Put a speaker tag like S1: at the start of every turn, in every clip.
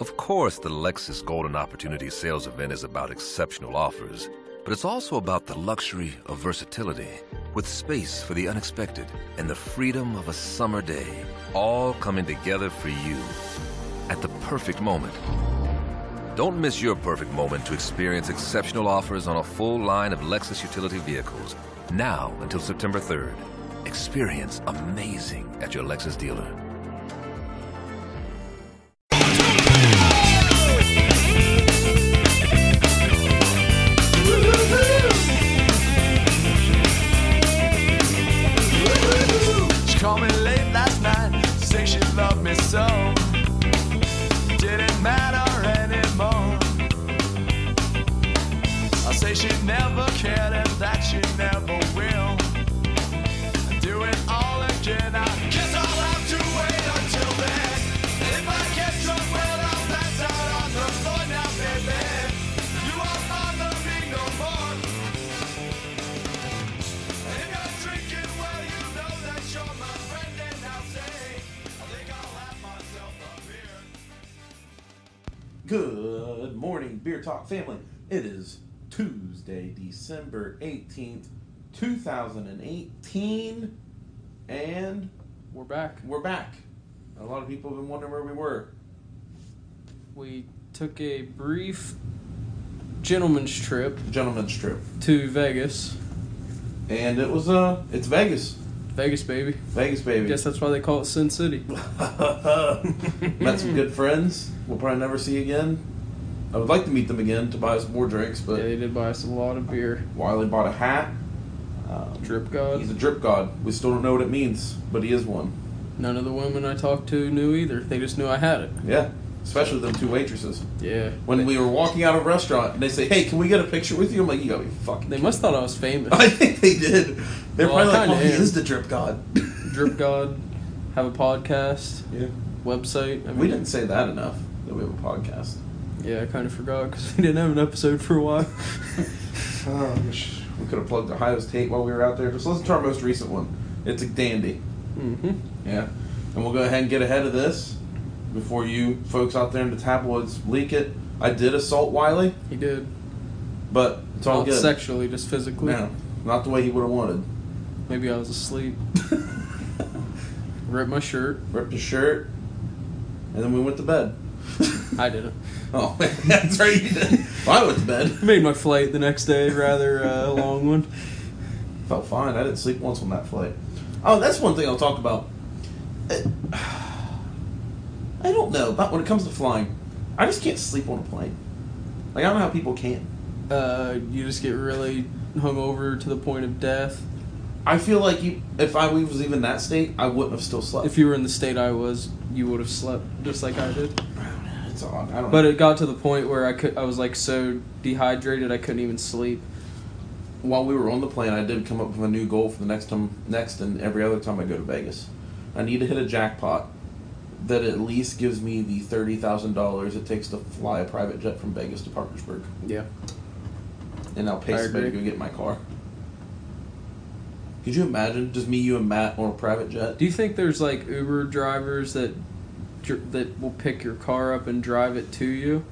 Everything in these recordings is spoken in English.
S1: Of course, the Lexus Golden Opportunity Sales Event is about exceptional offers, but it's also about the luxury of versatility, with space for the unexpected and the freedom of a summer day, all coming together for you at the perfect moment. Don't miss your perfect moment to experience exceptional offers on a full line of Lexus utility vehicles, now until September 3rd. Experience amazing at your Lexus dealer.
S2: She called me late last night, say she loved me so. Didn't matter anymore. I say she never cared and that she never will. I do it all again. I guess I'll have to wait until then. If I get drunk, well, I'll pass out on the floor now, baby. You won't bother me no more. If you're drinking, well, you know that you're my friend, and I'll say, I think I'll have myself a beer.
S3: Good morning, Beer Talk family. It is Tuesday, December 18th, 2018, and
S4: We're back.
S3: we're back. A lot of people have been wondering where we were.
S4: We took a brief gentleman's trip
S3: Gentlemen's trip.
S4: to Vegas.
S3: And it was, uh, it's Vegas.
S4: Vegas, baby.
S3: Vegas, baby.
S4: Guess that's why they call it Sin City.
S3: Met some good friends we'll probably never see again. I would like to meet them again to buy us more drinks,
S4: Yeah,
S3: but
S4: they did buy us a lot of beer.
S3: Wiley bought a hat. Um,
S4: Drip God.
S3: He's a drip god. We still don't know what it means, but he is one.
S4: None of the women I talked to knew either. They just knew I had it.
S3: Yeah, especially them two waitresses.
S4: Yeah.
S3: When we were walking out of a restaurant and they say, "Hey, can we get a picture with you?" I'm like, "You gotta be fucking."
S4: They
S3: kidding
S4: must
S3: me."
S4: thought I was famous.
S3: I think they did. They're
S4: Well, I
S3: probably like, "Oh,
S4: kinda
S3: he
S4: am."
S3: is the drip god."
S4: Drip God, have a podcast,
S3: yeah.
S4: website. I mean,
S3: We didn't say that enough that we have a podcast.
S4: Yeah, I kind of forgot because we didn't have an episode for a while. Oh,
S3: we could have plugged Ohio State while we were out there. Just listen to our most recent one. It's a dandy.
S4: mm-hmm.
S3: Yeah. And we'll go ahead and get ahead of this before you folks out there in the tabloids leak it. I did assault Wiley,
S4: He did.
S3: but it's all
S4: Not
S3: good.
S4: sexually, just physically.
S3: No, not the way he would have wanted.
S4: Maybe I was asleep. Ripped my shirt.
S3: ripped his shirt, and then we went to bed.
S4: I didn't.
S3: oh, that's right. you did. Well, I went to bed.
S4: Made my flight the next day, rather uh, long one.
S3: Felt fine. I didn't sleep once on that flight. Oh, that's one thing I'll talk about. Uh, I don't know, but when it comes to flying, I just can't sleep on a plane. Like I don't know how people can.
S4: Uh, you just get really hungover to the point of death.
S3: I feel like you, if I was even that state, I wouldn't have still slept.
S4: If you were in the state I was, you would have slept just like I did.
S3: it's odd. I don't.
S4: But
S3: know.
S4: it got to the point where I could, I was like so dehydrated I couldn't even sleep.
S3: while we were on the plane, I did come up with a new goal for the next time, next and every other time I go to Vegas. I need to hit a jackpot that at least gives me the thirty thousand dollars it takes to fly a private jet from Vegas to Parkersburg,
S4: Yeah.
S3: and I'll pay
S4: I
S3: somebody to
S4: agree.
S3: go get my car. Could you imagine just me, you, and Matt on a private jet?
S4: Do you think there's like Uber drivers that dr- that will pick your car up and drive it to you?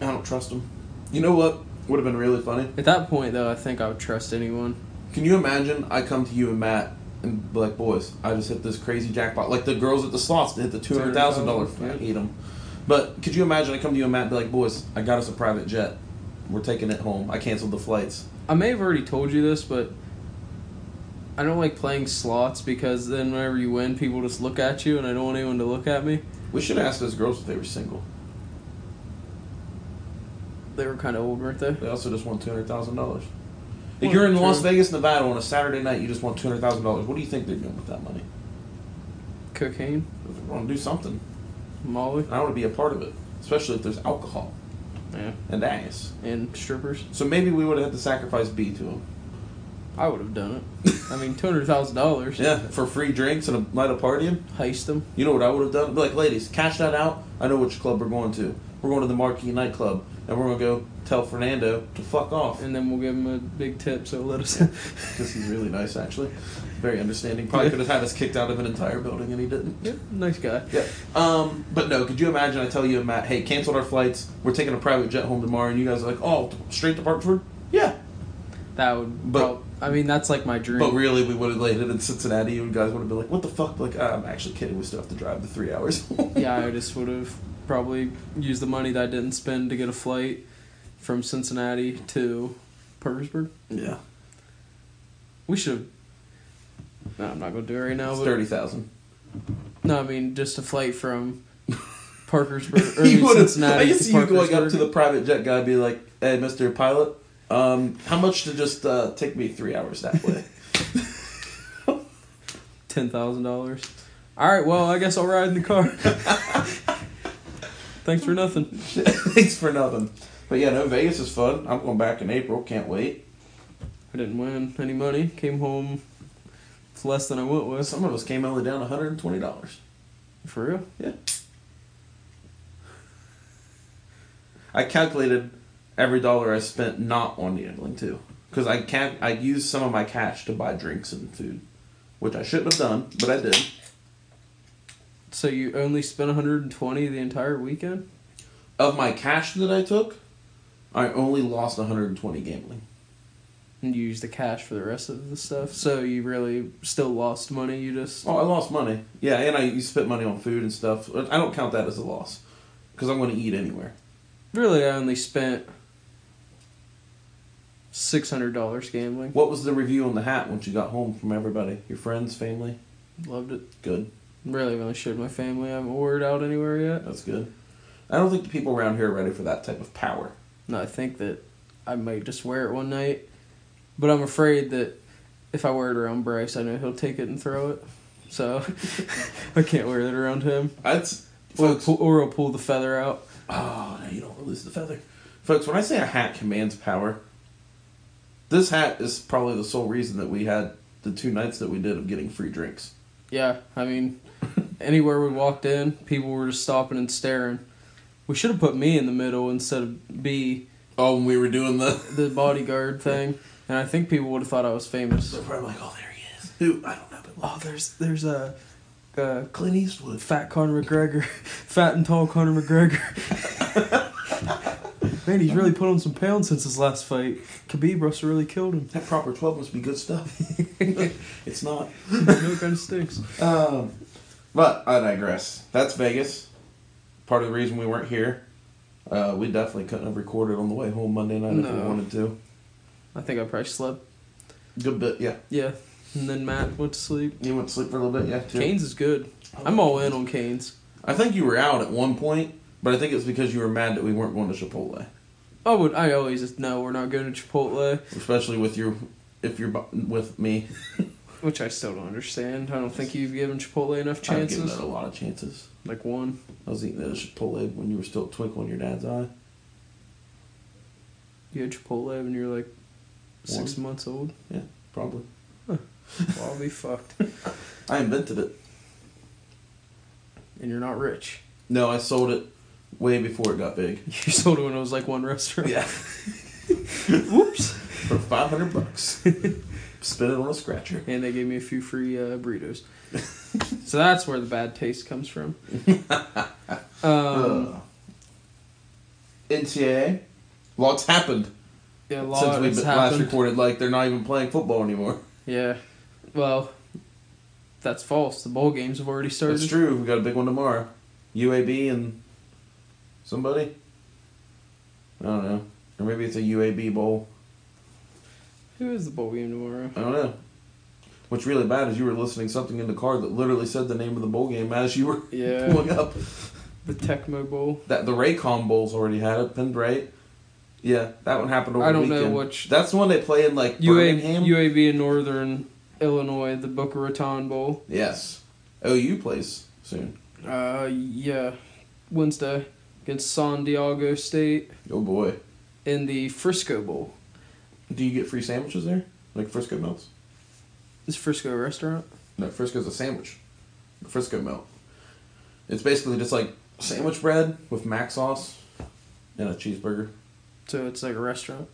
S3: I don't trust them. You know what would have been really funny?
S4: At that point, though, I think I would trust anyone.
S3: Can you imagine? I come to you and Matt and be like, boys, I just hit this crazy jackpot. Like the girls at the slots that hit the two hundred thousand dollar. I
S4: Yeah.
S3: hate them. But could you imagine? I come to you and Matt and be like, boys, I got us a private jet. We're taking it home. I canceled the flights.
S4: I may have already told you this, but I don't like playing slots because then whenever you win, people just look at you, and I don't want anyone to look at me.
S3: We should ask those girls if they were single.
S4: They were kind of old, weren't they?
S3: They also just won two hundred thousand dollars. If
S4: Well,
S3: you're in
S4: true.
S3: Las Vegas, Nevada on a Saturday night, you just won two hundred thousand dollars. What do you think they're doing with that money?
S4: Cocaine,
S3: They're going to do something.
S4: Molly,
S3: And I want to be a part of it, especially if there's alcohol
S4: yeah,
S3: and ass.
S4: and strippers.
S3: So maybe we would have had to sacrifice B to him.
S4: I would have done it. I mean, two hundred thousand dollars.
S3: Yeah, for free drinks and a night of partying.
S4: heist them.
S3: You know what I would have done? Be like, ladies, cash that out. I know which club we're going to. We're going to the Marquee nightclub, and we're gonna go tell Fernando to fuck off
S4: and then we'll give him a big tip. So let us.
S3: because he's really nice, actually, very understanding. Probably
S4: Yeah.
S3: could have had us kicked out of an entire building, and he didn't.
S4: yeah, nice guy.
S3: Yeah. Um, but no, could you imagine? I tell you, and Matt, hey, canceled our flights. We're taking a private jet home tomorrow, and you guys are like, oh, straight to Hartford? Yeah.
S4: That would.
S3: But-
S4: prob- I mean, that's like my dream.
S3: But really, we would have landed in Cincinnati. You guys would have been like, what the fuck? Like, "Ah, I'm actually kidding. We still have to drive the three hours.
S4: yeah, I just would have probably used the money that I didn't spend to get a flight from Cincinnati to Parkersburg.
S3: yeah.
S4: We should have. No, I'm not gonna do it right now.
S3: It's
S4: But,
S3: thirty thousand.
S4: No, I mean just a flight from Parkersburg or I mean, Cincinnati.
S3: I can
S4: to
S3: see you going up
S4: Parkersburg.
S3: to the private jet guy, and be like, hey, Mister Pilot, um, how much to just uh, take me three hours that way?
S4: ten thousand dollars. All right, well, I guess I'll ride in the car. Thanks for nothing.
S3: Thanks for nothing. But yeah, no, Vegas is fun. I'm going back in April. Can't wait.
S4: I didn't win any money. Came home with less than I went with.
S3: Some of us came only down one hundred and twenty dollars.
S4: For real?
S3: Yeah. I calculated every dollar I spent not on gambling too, because I can't. I used some of my cash to buy drinks and food, which I shouldn't have done, but I did.
S4: So you only spent 120 the entire weekend?
S3: Of my cash that I took, I only lost 120 gambling.
S4: And you used the cash for the rest of the stuff. So you really still lost money. You just
S3: Oh, I lost money. Yeah, and I you spent money on food and stuff. I don't count that as a loss, because I'm going to eat anywhere.
S4: really I only spent $600 gambling.
S3: What was the review on the hat once you got home from everybody, your friends, family?
S4: Loved it.
S3: Good.
S4: Really, really showed my family. I haven't word out anywhere yet.
S3: That's good. I don't think the people around here are ready for that type of power.
S4: No, I think that I might just wear it one night, but I'm afraid that if I wear it around Bryce, I know he'll take it and throw it. So I can't wear it around him,
S3: That's
S4: or
S3: folks.
S4: he'll pull, or he'll pull the feather out.
S3: Oh no, you don't lose the feather, folks. When I say a hat commands power, this hat is probably the sole reason that we had the two nights that we did of getting free drinks.
S4: Yeah, I mean, anywhere we walked in, people were just stopping and staring. We should have put me in the middle instead of B,
S3: Oh, when we were doing the.
S4: the bodyguard thing, and I think people would have thought I was famous.
S3: They're probably like, oh, there he is. Who? I don't know, but
S4: Oh, there's there's a, a
S3: Clint Eastwood.
S4: fat Conor McGregor, fat and tall Conor McGregor. Man, he's really put on some pounds since his last fight. Khabib Russell really killed him.
S3: That proper twelve must be good stuff. it's not.
S4: you know, it kind of stinks.
S3: Um, but I digress. That's Vegas. Part of the reason we weren't here. Uh, we definitely couldn't have recorded on the way home Monday night if we
S4: No.
S3: wanted to.
S4: I think I probably slept.
S3: Good bit, yeah.
S4: Yeah, and then Matt went to sleep. Oh.
S3: You went to sleep for a little bit, yeah. Too.
S4: Canes is good. I'm all in on Canes.
S3: I think you were out at one point, but I think it's because you were mad that we weren't going to Chipotle,
S4: I would. I always just know we're not going to Chipotle,
S3: especially with your if you're bu- with me.
S4: which I still don't understand. I don't think you've given Chipotle enough
S3: I've given
S4: chances.
S3: it a lot of chances.
S4: Like one.
S3: I was eating at a Chipotle when you were still a twinkle in your dad's eye.
S4: You had Chipotle when you were like six
S3: One.
S4: months old.
S3: Yeah, probably.
S4: Well, I'll be fucked.
S3: I invented it.
S4: And you're not rich.
S3: No, I sold it way before it got big.
S4: You sold it when it was like one restaurant.
S3: Yeah,
S4: Whoops.
S3: for five hundred bucks. Spit it on a scratcher.
S4: And they gave me a few free uh, burritos. so that's where the bad taste comes from. um,
S3: Ugh. NCAA, lots happened
S4: yeah, a
S3: since
S4: lot
S3: we
S4: has
S3: last
S4: happened.
S3: recorded. Like they're not even playing football anymore.
S4: Yeah. Well, that's false. The bowl games have already started.
S3: That's true. We got a big one tomorrow. UAB and somebody. I don't know. Or maybe it's a UAB bowl.
S4: Who is the bowl game tomorrow?
S3: I don't know. What's really bad is you were listening to something in the car that literally said the name of the bowl game as you were
S4: Yeah.
S3: pulling up.
S4: The Tecmo Bowl.
S3: That the Raycom Bowl's already had it, pinned right. Yeah, that one happened over
S4: I
S3: the
S4: don't know
S3: weekend.
S4: which-
S3: That's the one they play in like
S4: UA,
S3: Birmingham.
S4: UAB in Northern Illinois, the Boca Raton Bowl.
S3: yes, OU plays soon.
S4: Uh, yeah. Wednesday against San Diego State
S3: Oh boy,
S4: in the Frisco Bowl.
S3: do you get free sandwiches there? Like Frisco melts?
S4: Is Frisco a restaurant?
S3: No, Frisco's a sandwich. Frisco melt. It's basically just like sandwich bread with mac sauce and a cheeseburger.
S4: So it's like a restaurant.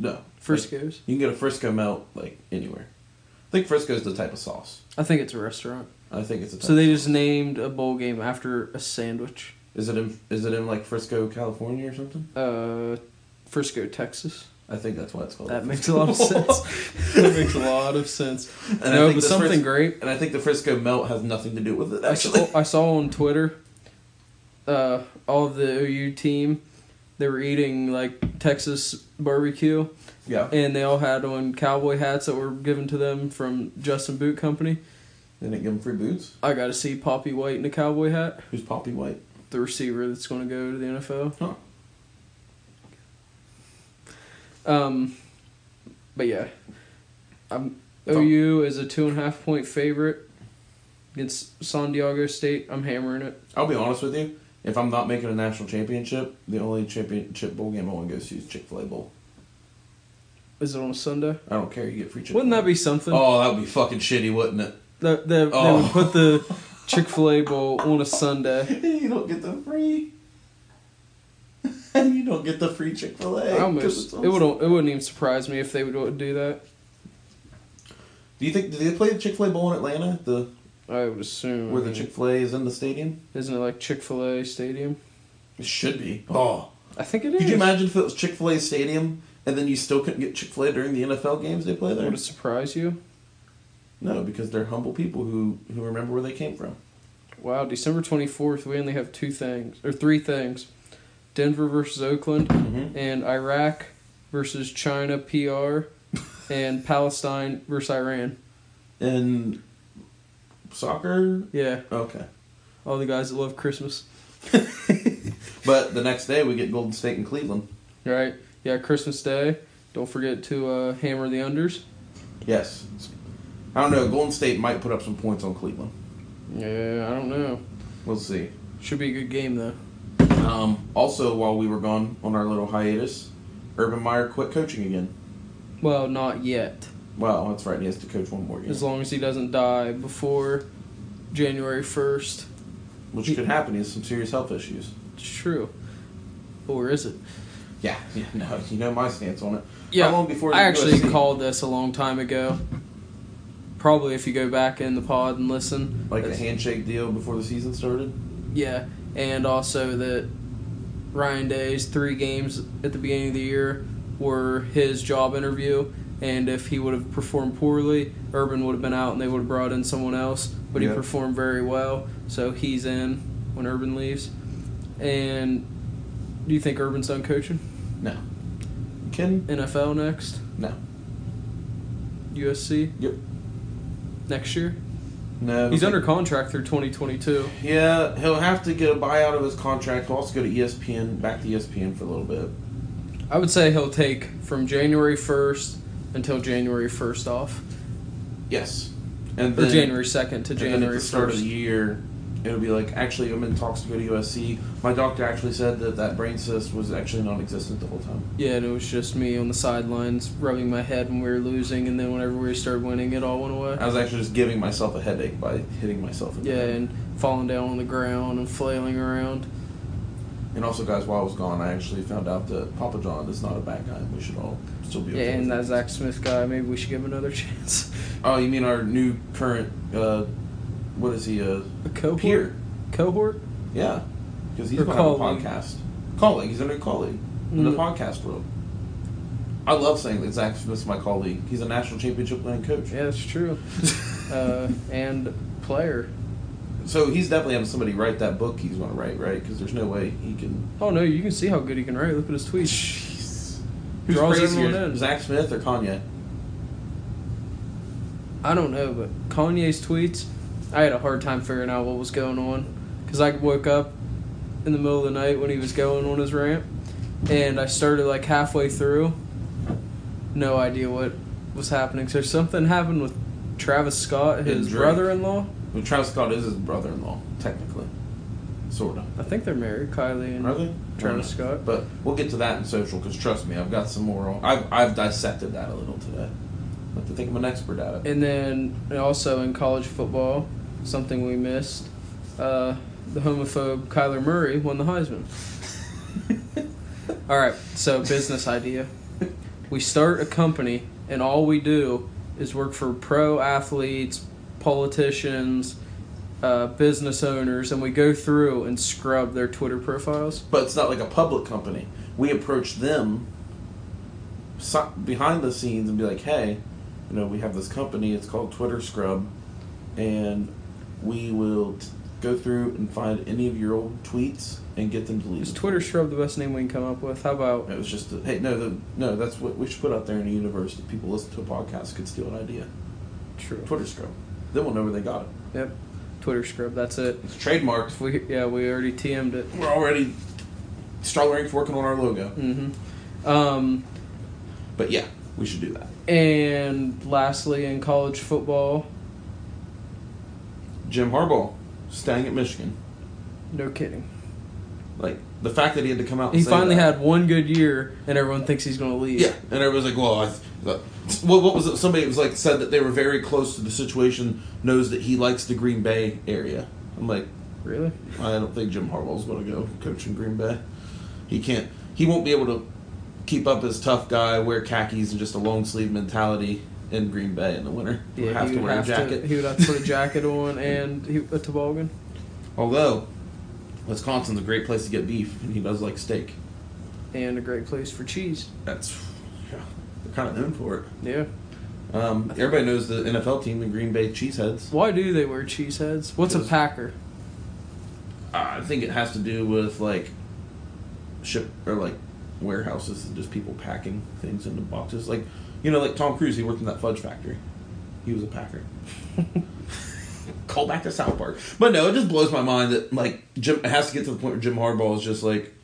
S3: No. Like,
S4: Frisco's.
S3: you can get a Frisco melt like anywhere. I think Frisco's the type of sauce.
S4: I think it's a restaurant.
S3: I think it's a type
S4: So they
S3: of
S4: just named a bowl game after a sandwich.
S3: Is it in is it in like Frisco, California or something?
S4: Uh, Frisco, Texas.
S3: I think that's why it's called.
S4: That
S3: the
S4: makes a
S3: Frisco
S4: lot of
S3: Bowl.
S4: sense. that makes a lot of sense.
S3: And I
S4: no,
S3: think
S4: but
S3: the
S4: something
S3: Fris-
S4: great.
S3: And I think the Frisco melt has nothing to do with it
S4: I
S3: actually.
S4: saw, I saw on Twitter. Uh, all of the OU team, they were eating like Texas barbecue,
S3: yeah.
S4: oh, and they all had on cowboy hats that were given to them from Justin Boot Company.
S3: Didn't it give him free boots?
S4: I got to see Poppy White in a cowboy hat,
S3: Who's Poppy White?
S4: the receiver that's going to go to the NFL.
S3: Huh.
S4: Um, but yeah, I'm
S3: It's all-
S4: OU is a two and a half point favorite against San Diego State. I'm hammering it.
S3: I'll be honest with you. If I'm not making a national championship, the only championship bowl game I want to go to is Chick Fil A Bowl.
S4: Is it on a Sunday?
S3: I don't care. You get free Chick.
S4: Wouldn't that be something?
S3: Oh, that would be fucking shitty, wouldn't it?
S4: That that-
S3: Oh.
S4: they would put the Chick Fil A bowl on a Sunday.
S3: you don't get the free. you don't get the free Chick Fil A.
S4: I almost it would it wouldn't even surprise me if they would do that.
S3: Do you think? Do they play the Chick Fil A Bowl in Atlanta? The
S4: I would assume.
S3: where
S4: I
S3: the
S4: mean,
S3: Chick Fil A is in the stadium?
S4: isn't it like Chick Fil A Stadium?
S3: It should be. Oh,
S4: I think it is.
S3: could you imagine if it was Chick Fil A Stadium and then you still couldn't get Chick Fil A during the NFL games they play there?
S4: Would it surprise you?
S3: No, because they're humble people who who remember where they came from.
S4: Wow, December twenty fourth. We only have two things or three things: Denver versus Oakland,
S3: Mhm.
S4: and Iraq versus China PR, and Palestine versus Iran.
S3: And soccer.
S4: Yeah,
S3: Okay.
S4: all the guys that love Christmas.
S3: But the next day we get Golden State and Cleveland.
S4: Right? Yeah, Christmas Day. Don't forget to uh, hammer the unders.
S3: Yes. I don't know. Golden State might put up some points on Cleveland.
S4: Yeah, I don't know.
S3: We'll see.
S4: Should be a good game though.
S3: Um, also, while we were gone on our little hiatus, Urban Meyer quit coaching again.
S4: Well, not yet.
S3: Wow, that's right. He has to coach one more game,
S4: As long as he doesn't die before January first.
S3: which could happen. He has some serious health issues.
S4: True. Or is it?
S3: Yeah, yeah. No, you know my stance on it.
S4: Yeah,
S3: How long before
S4: I
S3: the
S4: actually
S3: USC?
S4: called this a long time ago. Probably if you go back in the pod and listen.
S3: like the
S4: That's-
S3: handshake deal before the season started.
S4: Yeah, and also that Ryan Day's three games at the beginning of the year were his job interview, and if he would have performed poorly, Urban would have been out and they would have brought in someone else, but
S3: Yeah.
S4: he performed very well, so he's in when Urban leaves. And do you think Urban's done coaching?
S3: No, Ken.
S4: NFL next?
S3: No.
S4: USC
S3: Yep.
S4: next year?
S3: No.
S4: He's
S3: like-
S4: under contract through 2022.
S3: Yeah, he'll have to get a buyout of his contract. He'll also go to E ESPN, back to ESPN for a little bit.
S4: I would say he'll take from January 1st until January 1st off.
S3: Yes, and
S4: Or
S3: then
S4: January 2nd to
S3: and then at
S4: January
S3: the start of the
S4: 1st.
S3: year, it'll be like actually I'm in talks to go to USC. My doctor actually said that that brain cyst was actually non-existent the whole time.
S4: Yeah, and it was just me on the sidelines rubbing my head when we were losing, and then whenever we started winning, it all went away.
S3: I was actually just giving myself a headache by hitting myself. In the
S4: Yeah,
S3: head.
S4: and falling down on the ground and flailing around.
S3: and also guys, while I was gone, I actually found out that Papa John is not a bad guy, and we should all still be.
S4: Yeah,
S3: Okay
S4: and
S3: with
S4: that
S3: it.
S4: Zach Smith guy, maybe we should give him another chance.
S3: Oh, you mean our new current? Uh, what is he? Uh,
S4: A cohort?
S3: Peer.
S4: Cohort?
S3: Yeah, because he's
S4: Or
S3: gonna have a
S4: colleague.
S3: podcast. Colleague, he's a new colleague in the
S4: Mm.
S3: podcast world. I love saying that Zach Smith's my colleague. He's a national championship winning coach.
S4: Yeah, that's true. uh, and player.
S3: So he's definitely having somebody write that book he's going to write, right? Because there's no way he can.
S4: Oh, no, you can see how good he can write. Look at his tweets.
S3: Who's
S4: Draws
S3: crazier,
S4: everyone in.
S3: Zach Smith or Kanye?
S4: I don't know, but Kanye's tweets, I had a hard time figuring out what was going on because I woke up in the middle of the night when he was going on his rant, and I started like halfway through, no idea what was happening. So something happened with Travis Scott,
S3: And
S4: his
S3: Drake.
S4: brother-in-law.
S3: Well, Travis Scott is his brother-in-law, technically, sort of.
S4: I think they're married, Kylie and
S3: Are they? I
S4: Travis
S3: don't know.
S4: Scott.
S3: Uh-huh. But we'll get to that in social because trust me, I've got some more. I've I've dissected that a little today. I have to think I'm an expert at it.
S4: And then and also in college football, something we missed, uh, the homophobe Kyler Murray won the Heisman. All right, so business idea. We start a company, and all we do is work for pro athletes, politicians, uh, business owners, and we go through and scrub their Twitter profiles.
S3: But it's not like a public company. We approach them so- behind the scenes and be like, hey, you know, we have this company. It's called Twitter Scrub, and we will t- go through and find any of your old tweets and get them deleted.
S4: Is Twitter Scrub the best name we can come up with? How about
S3: It was just, a, hey, no, the, no, that's what we should put out there in the universe that people listen to a podcast could steal an idea.
S4: True?
S3: Twitter Scrub. Then we'll know where they got it.
S4: Yep, Twitter Scrub. That's it.
S3: It's trademarked.
S4: We yeah, we already TM'd it.
S3: We're already Strong Ranks working on our logo.
S4: Mm-hmm. Um,
S3: But yeah, we should do that.
S4: and lastly, in college football,
S3: Jim Harbaugh, staying at Michigan.
S4: no kidding.
S3: Like, the fact that he had to come out and
S4: He
S3: say
S4: finally
S3: that.
S4: had one good year, and everyone thinks he's going to leave.
S3: Yeah, and everyone's like, well, I, the- what, what was it? Somebody was like, said that they were very close to the situation, knows that he likes the Green Bay area. I'm like,
S4: Really?
S3: I don't think Jim Harbaugh going to go coach in Green Bay. He can't. He won't be able to keep up his tough guy, wear khakis, and just a long sleeve mentality in Green Bay in the winter. He'll have to wear a jacket.
S4: To, he would have to put a jacket on and he, a toboggan.
S3: Although Wisconsin's a great place to get beef, and he does like steak.
S4: And a great place for cheese.
S3: That's yeah, they're kind of known for it.
S4: Yeah.
S3: Um, everybody knows the NFL team, the Green Bay Cheeseheads.
S4: Why do they wear cheese heads? What's a
S3: Because-
S4: packer?
S3: I think it has to do with like ship or like warehouses and just people packing things into boxes. Like you know, like Tom Cruise, he worked in that fudge factory. He was a packer. Call back to South Park. But no, it just blows my mind that like Jim it has to get to the point where Jim Harbaugh is just like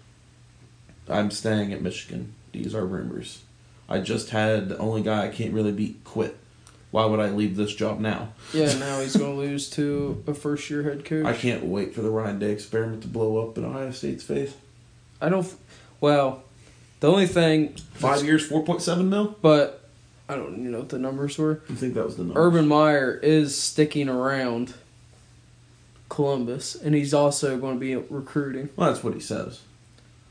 S3: I'm staying at Michigan. These are rumors. I just had the only guy I can't really beat quit. Why would I leave this job now?
S4: Yeah, now he's going to lose to a first year head coach.
S3: I can't wait for the Ryan Day experiment to blow up in Ohio State's face.
S4: I don't. f- Well, the only thing.
S3: Five years, four point seven mil.
S4: But I don't you know what the numbers were.
S3: I think that was the number.
S4: Urban Meyer is sticking around Columbus, and he's also going to be recruiting.
S3: Well, that's what he says.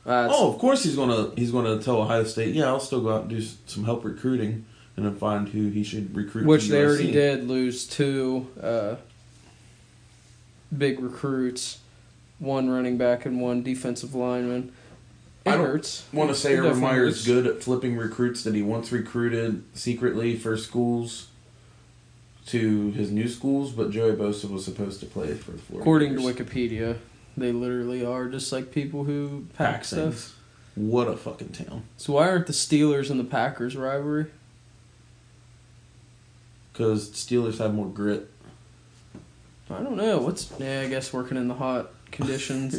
S4: Uh, it's-
S3: oh, of course he's gonna he's gonna tell Ohio State, yeah, I'll still go out and do s- some help recruiting, and then find who he should recruit.
S4: Which
S3: to
S4: they already
S3: USC.
S4: did lose two uh, big recruits, one running back and one defensive lineman. It
S3: I don't
S4: hurts.
S3: Want to say
S4: It
S3: Urban
S4: definitely
S3: Meyer is
S4: hurts.
S3: good at flipping recruits that he once recruited secretly for schools to his new schools, but Joey Bosa was supposed to play for four.
S4: According to
S3: years.
S4: Wikipedia, they literally are just like people who pack,
S3: Pack
S4: stuff.
S3: things. What a fucking town!
S4: So why aren't the Steelers and the Packers rivalry?
S3: Because Steelers have more grit
S4: I don't know. What's yeah? I guess working in the hot conditions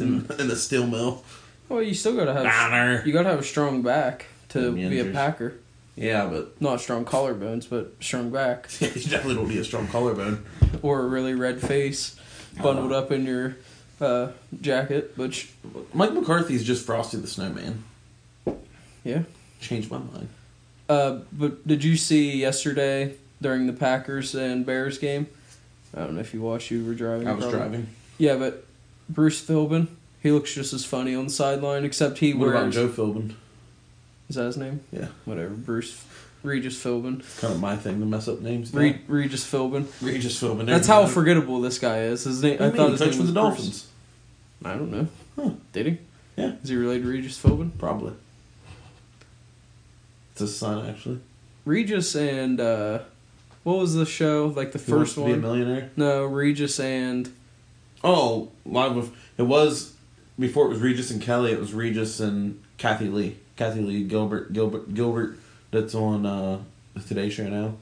S3: in,
S4: and
S3: in the steel mill.
S4: well, you still gotta have
S3: Banner.
S4: you gotta have a strong back to
S3: And the
S4: be a
S3: injuries.
S4: Packer.
S3: Yeah, but
S4: Not strong collarbones, but strong back.
S3: you definitely don't need a strong collarbone.
S4: or a really red face bundled up in your uh, jacket, which,
S3: Mike McCarthy's just Frosty the Snowman.
S4: yeah.
S3: Changed my mind.
S4: Uh, but did you see yesterday during the Packers and Bears game? I don't know if you watched, you were driving.
S3: I was
S4: probably.
S3: driving.
S4: Yeah, but Bruce Philbin, he looks just as funny on the sideline, except he
S3: What about
S4: wears.
S3: Joe Philbin?
S4: Is that his name?
S3: Yeah,
S4: Whatever, Bruce. Regis Philbin.
S3: it's kind of my thing to mess up names.
S4: Re- Regis Philbin.
S3: Regis Philbin.
S4: That's how forgettable this guy is. His name,
S3: I
S4: I thought his
S3: he coached
S4: name
S3: for the
S4: was Bruce.
S3: Dolphins.
S4: I don't know.
S3: Huh.
S4: Did he?
S3: Yeah.
S4: Is he related to Regis Philbin?
S3: Probably. It's his son, actually.
S4: Regis and uh what was the show? Like the
S3: Who Wants
S4: first
S3: to be a
S4: one?
S3: millionaire.
S4: No, Regis and
S3: Oh, live with it was before it was Regis and Kelly. It was Regis and Kathy Lee. Kathy Lee Gilbert Gilbert Gilbert. That's on uh, the Today Show now.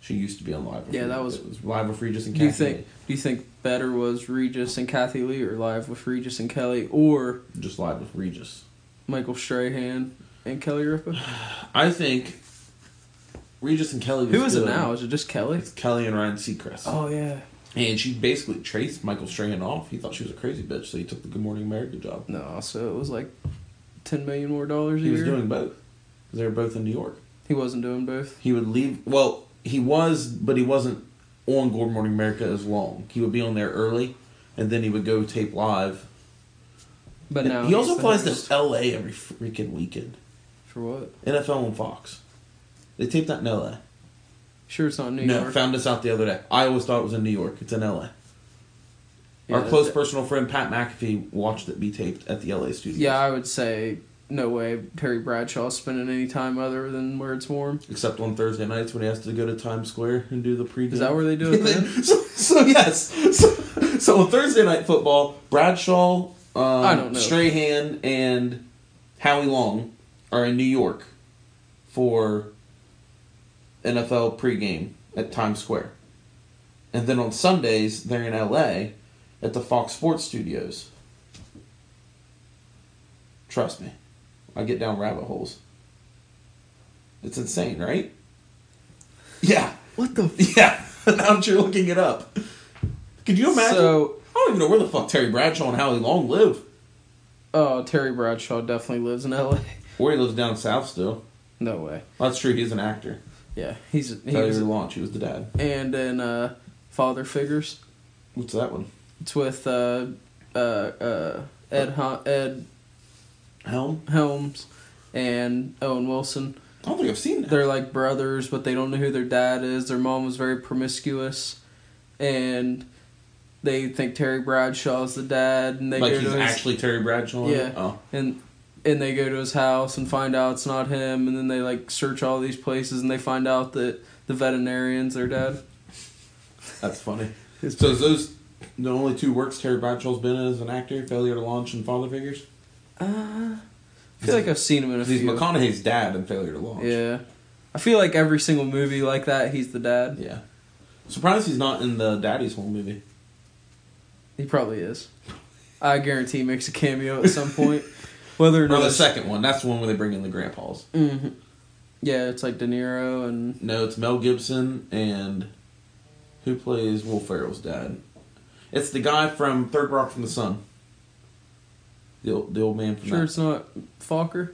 S3: She used to be on Live. with
S4: Yeah,
S3: Regis.
S4: that was-
S3: it was Live with Regis and
S4: do you
S3: Kathy
S4: think do you think better was Regis and Kathy Lee or Live with Regis and Kelly or
S3: Lee. Just Live with Regis.
S4: Michael Strahan and Kelly Ripa?
S3: I think Regis and Kelly. Was
S4: Who is it
S3: good.
S4: now? Is it just Kelly?
S3: It's Kelly and Ryan Seacrest.
S4: Oh yeah.
S3: And she basically traced Michael Strahan off. He thought she was a crazy bitch, so he took the Good Morning America job.
S4: No, so it was like ten million more dollars a
S3: He was
S4: year.
S3: doing both. 'Cause They were both in New York.
S4: he wasn't doing both.
S3: He would leave. Well, he was, but he wasn't on Good Morning America as long. He would be on there early, and then he would go tape live
S4: But now
S3: he also
S4: he's the
S3: flies
S4: host.
S3: to L.A. every freaking weekend.
S4: for what?
S3: NFL and Fox. They taped that in L.A.
S4: Sure, it's not New
S3: no,
S4: York.
S3: found this out the other day. I always thought it was in New York. It's in L.A.
S4: Yeah,
S3: Our close
S4: that-
S3: personal friend Pat McAfee watched it be taped at the L.A. studio.
S4: Yeah, I would say no way Terry Bradshaw's spending any time other than where it's warm.
S3: Except on Thursday nights when he has to go to Times Square and do the pre.
S4: Is that where they do it then?
S3: so, so yes. So, so on Thursday night football, Bradshaw, um,
S4: I don't know.
S3: Strahan, and Howie Long are in New York for NFL pregame at Times Square, and then on Sundays they're in LA at the Fox Sports Studios. Trust me, I get down rabbit holes. It's insane, right? Yeah.
S4: What the? F-
S3: Yeah, now that you're looking it up. Could you imagine?
S4: So-
S3: I don't even know where the fuck Terry Bradshaw and Howie Long live.
S4: oh, Terry Bradshaw definitely lives in L.A.
S3: Or he lives down south still.
S4: No way.
S3: Well, that's true, he's an actor.
S4: Yeah, he's he
S3: Terry
S4: was,
S3: Launch, he was the dad.
S4: and then uh, Father Figures.
S3: What's that one?
S4: It's with uh, uh, uh, Ed Hel- Ed
S3: Helm?
S4: Helms and Owen Wilson.
S3: I don't think I've seen that.
S4: They're like brothers, but they don't know who their dad is. Their mom was very promiscuous, and they think Terry Bradshaw's the dad, and they
S3: like
S4: go
S3: he's
S4: to his,
S3: actually Terry Bradshaw? in it?
S4: yeah,
S3: Oh.
S4: and and they go to his house and find out it's not him, and then they like search all these places and they find out that the veterinarian's their dad.
S3: That's funny. so is those the only two works Terry Bradshaw's been in as an actor? Failure to Launch and Father Figures?
S4: Uh, I feel like I've seen him in a
S3: 'Cause he's
S4: few.
S3: McConaughey's dad in Failure to Launch.
S4: yeah, I feel like every single movie like that, he's the dad.
S3: Yeah. Surprised he's not in the Daddy's Home movie.
S4: He probably is. I guarantee he makes a cameo at some point. Whether or
S3: Or
S4: not
S3: the
S4: it's-
S3: second one. That's the one where they bring in the grandpas.
S4: hmm Yeah, it's like De Niro and
S3: No, it's Mel Gibson and who plays Will Ferrell's dad. It's the guy from Third Rock from the Sun. The old, the old man from
S4: sure
S3: that.
S4: it's not Falker,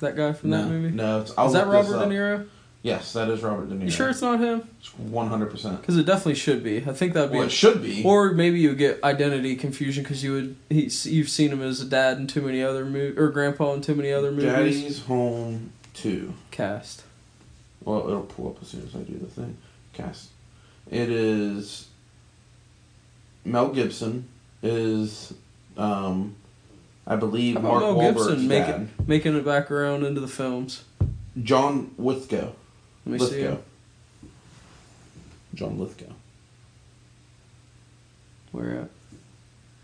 S4: that guy from
S3: no,
S4: that movie.
S3: No, it's,
S4: is that Robert De Niro?
S3: Yes, that is Robert De Niro.
S4: You sure it's not him?
S3: one hundred percent.
S4: Because it definitely should be. I think that'd be.
S3: Well, it should be.
S4: or maybe you would get identity confusion because you would he's, you've seen him as a dad in too many other movies or grandpa in too many other movies.
S3: Daddy's Home Two.
S4: Cast.
S3: Well, it'll pull up as soon as I do the thing. Cast. It is Mel Gibson is, um, I believe
S4: How about
S3: Mark
S4: Mel
S3: Wahlberg's dad.
S4: Gibson making making it back around into the films?
S3: John Lithgow.
S4: Let me see.
S3: Lithgow.
S4: him.
S3: John Lithgow.
S4: Where at?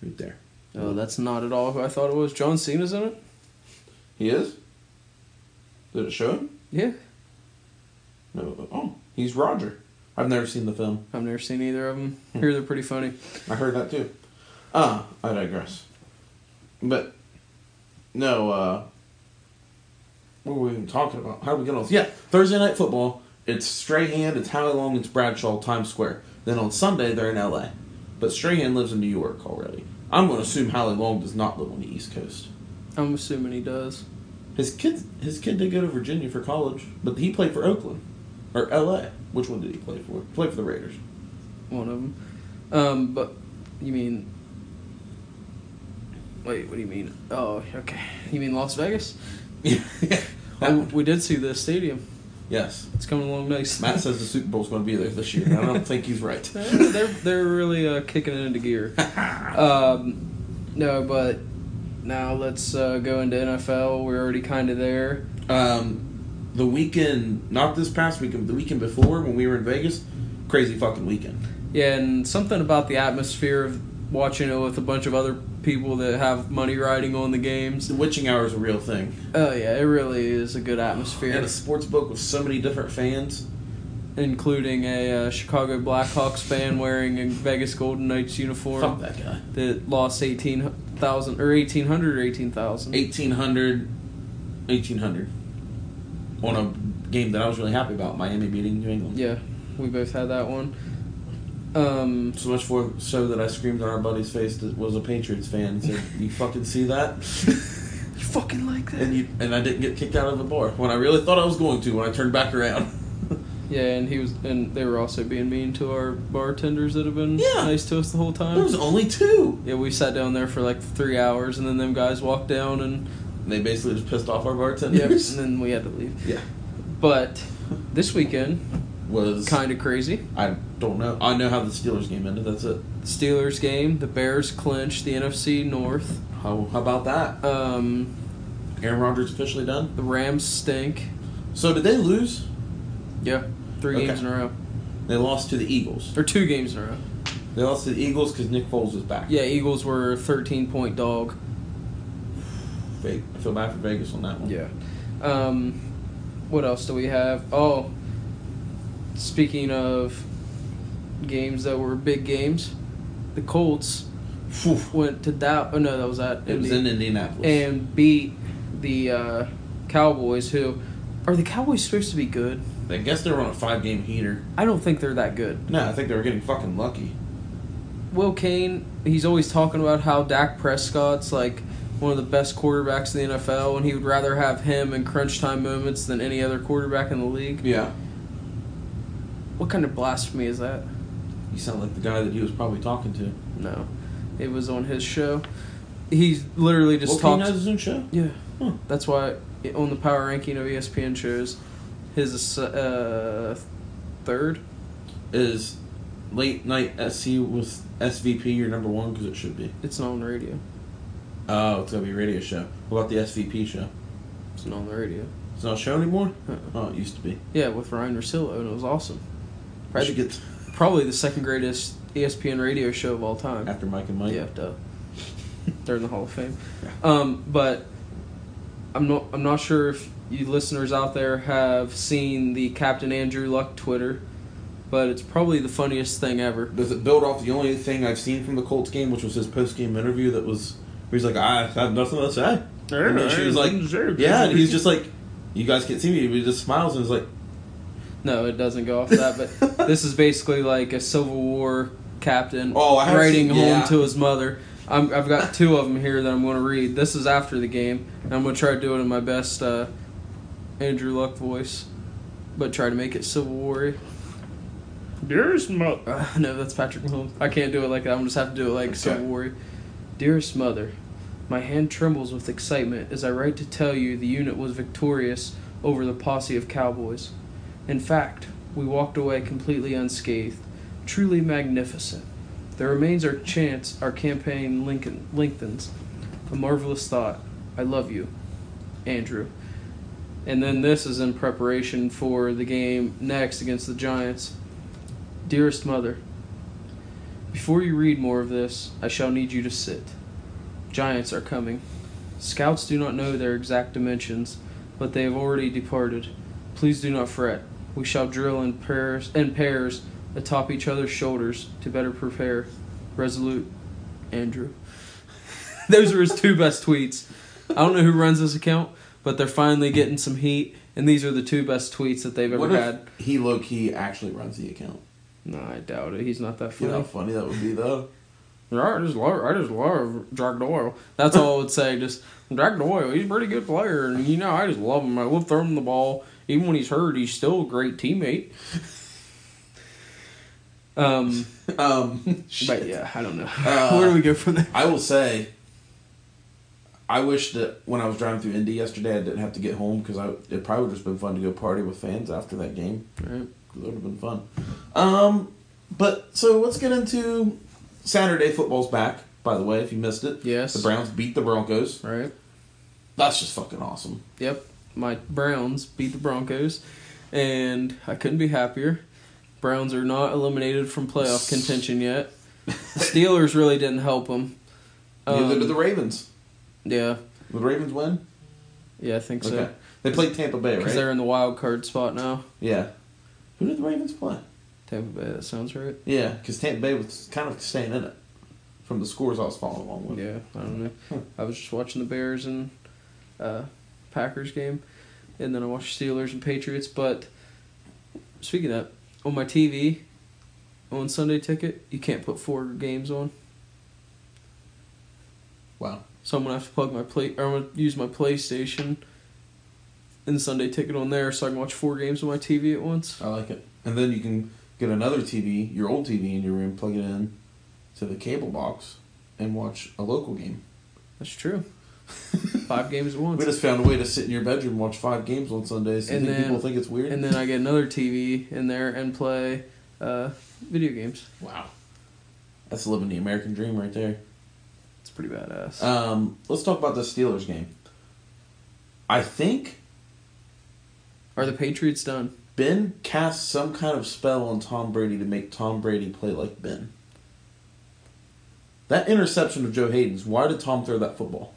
S3: Right there.
S4: Oh, that's not at all who I thought it was. John Cena's in it.
S3: He is? Did it show him?
S4: Yeah,
S3: No. Oh, he's Roger. I've never seen the film.
S4: I've never seen either of them. Here they're pretty funny.
S3: I heard that too. Ah, I digress. But, no, uh, what were we even talking about? How do we get on? Yeah, Thursday Night Football. It's Strahan, it's Howie Long, it's Bradshaw, Times Square. Then on Sunday, they're in LA. But Strahan lives in New York already. I'm going to assume Howie Long does not live on the East Coast.
S4: I'm assuming he does.
S3: His kid, his kid did go to Virginia for college, but he played for Oakland or L.A. Which one did he play for? He played for the Raiders.
S4: One of them. Um, but you mean? Wait, what do you mean? Oh, okay. You mean Las Vegas?
S3: Yeah,
S4: Oh, we did see the stadium.
S3: yes.
S4: It's coming along nice.
S3: Matt says the Super Bowl's going to be there this year. and I don't think he's right.
S4: Eh, they're they're really uh, kicking it into gear. Um, no, but now let's uh, go into NFL. We're already kind of there.
S3: Um, the weekend, not this past weekend, but the weekend before when we were in Vegas, crazy fucking weekend.
S4: Yeah, and something about the atmosphere of watching it with a bunch of other people that have money riding on the games.
S3: The witching hour is a real thing.
S4: Oh yeah, it really is a good atmosphere.
S3: And a sports book with so many different fans.
S4: including a uh, Chicago Blackhawks fan wearing a Vegas Golden Knights uniform
S3: Fuck that guy.
S4: that lost 18,000 or 1,800 or 18,000.
S3: 1800, 1800 on a game that I was really happy about. Miami beating New England.
S4: Yeah, we both had that one. Um,
S3: So much for so that I screamed in our buddy's face that was a Patriots fan and said, "You fucking see that?"
S4: you fucking like that?
S3: And you and I didn't get kicked out of the bar when I really thought I was going to when I turned back around.
S4: Yeah, and he was, and they were also being mean to our bartenders that have been
S3: Yeah.
S4: nice to us the whole time.
S3: There was only two.
S4: yeah, we sat down there for like three hours, and then them guys walked down, and
S3: And they basically just pissed off our
S4: yeah, and
S3: bartenders.
S4: then we had to leave.
S3: yeah.
S4: But this weekend,
S3: Was
S4: kind of crazy.
S3: I don't know. I know how the Steelers game ended. That's it.
S4: Steelers game, the Bears clinched the NFC North.
S3: How, how about that?
S4: Um,
S3: Aaron Rodgers officially done.
S4: the Rams stink.
S3: So did they lose?
S4: Yeah, three
S3: Okay.
S4: games in a row
S3: They lost to the Eagles.
S4: or two games in a row.
S3: They lost to the Eagles because Nick Foles was back.
S4: Yeah, Eagles were a thirteen point dog.
S3: Ve- I feel bad for Vegas on that one.
S4: Um, what else do we have? Oh, speaking of games that were big games, the Colts
S3: Phew.
S4: went to Dow. Oh no, that was at
S3: It was
S4: Indy.
S3: in Indianapolis.
S4: and beat the uh, Cowboys. Who are the Cowboys supposed to be good?
S3: I guess they were on a five game heater.
S4: I don't think they're that good.
S3: No, I think they were getting fucking lucky.
S4: Will Kane, he's always talking about how Dak Prescott's like one of the best quarterbacks in the NFL, and he would rather have him in crunch time moments than any other quarterback in the league.
S3: Yeah.
S4: What kind of blasphemy is that?
S3: You sound like the guy that he was probably talking to.
S4: No, it was on his show. He's literally just
S3: Just
S4: talked.
S3: knows his own show.
S4: Yeah,
S3: Huh.
S4: that's why it- on the power ranking of E ESPN shows, his uh, third.
S3: Is late night SC with SVP your number one because it should be.
S4: It's not on the radio.
S3: Oh, it's gonna be a radio show. What about the SVP show?
S4: It's not on the radio.
S3: It's not a show anymore.
S4: Uh-uh.
S3: Oh, it used to be.
S4: Yeah, with Ryan Rosillo, and it was awesome.
S3: I
S4: Probably,
S3: should get
S4: probably the second greatest E ESPN radio show of all time.
S3: after Mike and Mike.
S4: Oh, Yeah, duh. They're in the Hall of Fame.
S3: Yeah.
S4: Um, but I'm not. I'm not sure if you listeners out there have seen the Captain Andrew Luck Twitter, but it's probably the funniest thing ever.
S3: Does it build off the only thing I've seen from the Colts game, which was his post game interview that was where he's like, I have nothing to say. and then she was like, Yeah, and he's just like, You guys can't see me. He just smiles and is like,
S4: No, it doesn't go off that. But this is basically like a Civil War captain
S3: Oh, I have
S4: writing
S3: seen-
S4: home
S3: yeah.
S4: to his mother. I'm, I've got two of them here that I'm going to read. This is after the game, and I'm going to try to do it in my best uh, Andrew Luck voice, but try to make it Civil War.
S5: Dearest mother.
S4: Uh, no, that's Patrick Mahomes. I can't do it like that. I'm just have to do it like Civil
S3: Okay.
S4: War. Dearest mother, my hand trembles with excitement as I write to tell you the unit was victorious over the posse of cowboys. In fact, we walked away completely unscathed, truly magnificent. There remains our chance our campaign Lincoln lengthens. A marvelous thought. I love you, Andrew. And then this is in preparation for the game next against the Giants. Dearest mother, before you read more of this, I shall need you to sit. Giants are coming. Scouts do not know their exact dimensions, but they have already departed. Please do not fret. We shall drill in pairs in pairs atop each other's shoulders to better prepare. Resolute Andrew. Those are his two best tweets. I don't know who runs this account, but they're finally getting some heat, and these are the two best tweets that they've ever
S3: What
S4: had.
S3: if he low key actually runs the account?
S4: No, I doubt it. He's not that
S3: You
S4: funny.
S3: know how funny that would be, though?
S4: I just love, I just love Jack Doyle. That's all I would say. Just Jack Doyle. He's a pretty good player, and you know I just love him. I love throwing him the ball, even when he's hurt. He's still a great teammate. Um,
S3: Um,
S4: but yeah, I don't know.
S3: Uh,
S4: Where do we go from there?
S3: I will say, I wish that when I was driving through Indy yesterday, I didn't have to get home because I it probably would have just been fun to go party with fans after that game.
S4: Right.
S3: That would have been fun. Um, but so let's get into Saturday football's back. By the way, if you missed it,
S4: Yes.
S3: the Browns beat the Broncos.
S4: Right.
S3: That's just fucking awesome.
S4: Yep. My Browns beat the Broncos, and I couldn't be happier. Browns are not eliminated from playoff contention yet. Steelers really didn't help them. Um,
S3: Neither did the Ravens.
S4: Yeah,
S3: Did the Ravens win?
S4: yeah, I think so.
S3: Okay, they played Tampa Bay,
S4: Because
S3: right?
S4: they're in the wild card spot now.
S3: Yeah. Who did the Ravens play?
S4: Tampa Bay, that sounds right.
S3: Yeah, because Tampa Bay was kind of staying in it from the scores I was following along with.
S4: Yeah, I don't know. I was just watching the Bears and uh, Packers game, and then I watched Steelers and Patriots. But speaking of that, on my TV, on Sunday Ticket, you can't put four games on.
S3: Wow.
S4: So I'm gonna have to plug my play, or I'm gonna use my PlayStation and Sunday ticket on there so I can watch four games on my TV at once.
S3: I like it. And then you can get another TV, your old TV in your room, plug it in to the cable box, and watch a local game.
S4: That's true. Five games at
S3: We
S4: once.
S3: just found a way to sit in your bedroom and watch five games on Sundays. You
S4: And
S3: think
S4: then-
S3: people think it's weird?
S4: And then I get another TV in there and play uh, video games.
S3: wow, that's living the American dream right there.
S4: It's pretty badass.
S3: Um, let's talk about the Steelers game. I think
S4: Are the Patriots done?
S3: Ben cast some kind of spell on Tom Brady to make Tom Brady play like Ben. That interception of Joe Hayden's. Why did Tom throw that football?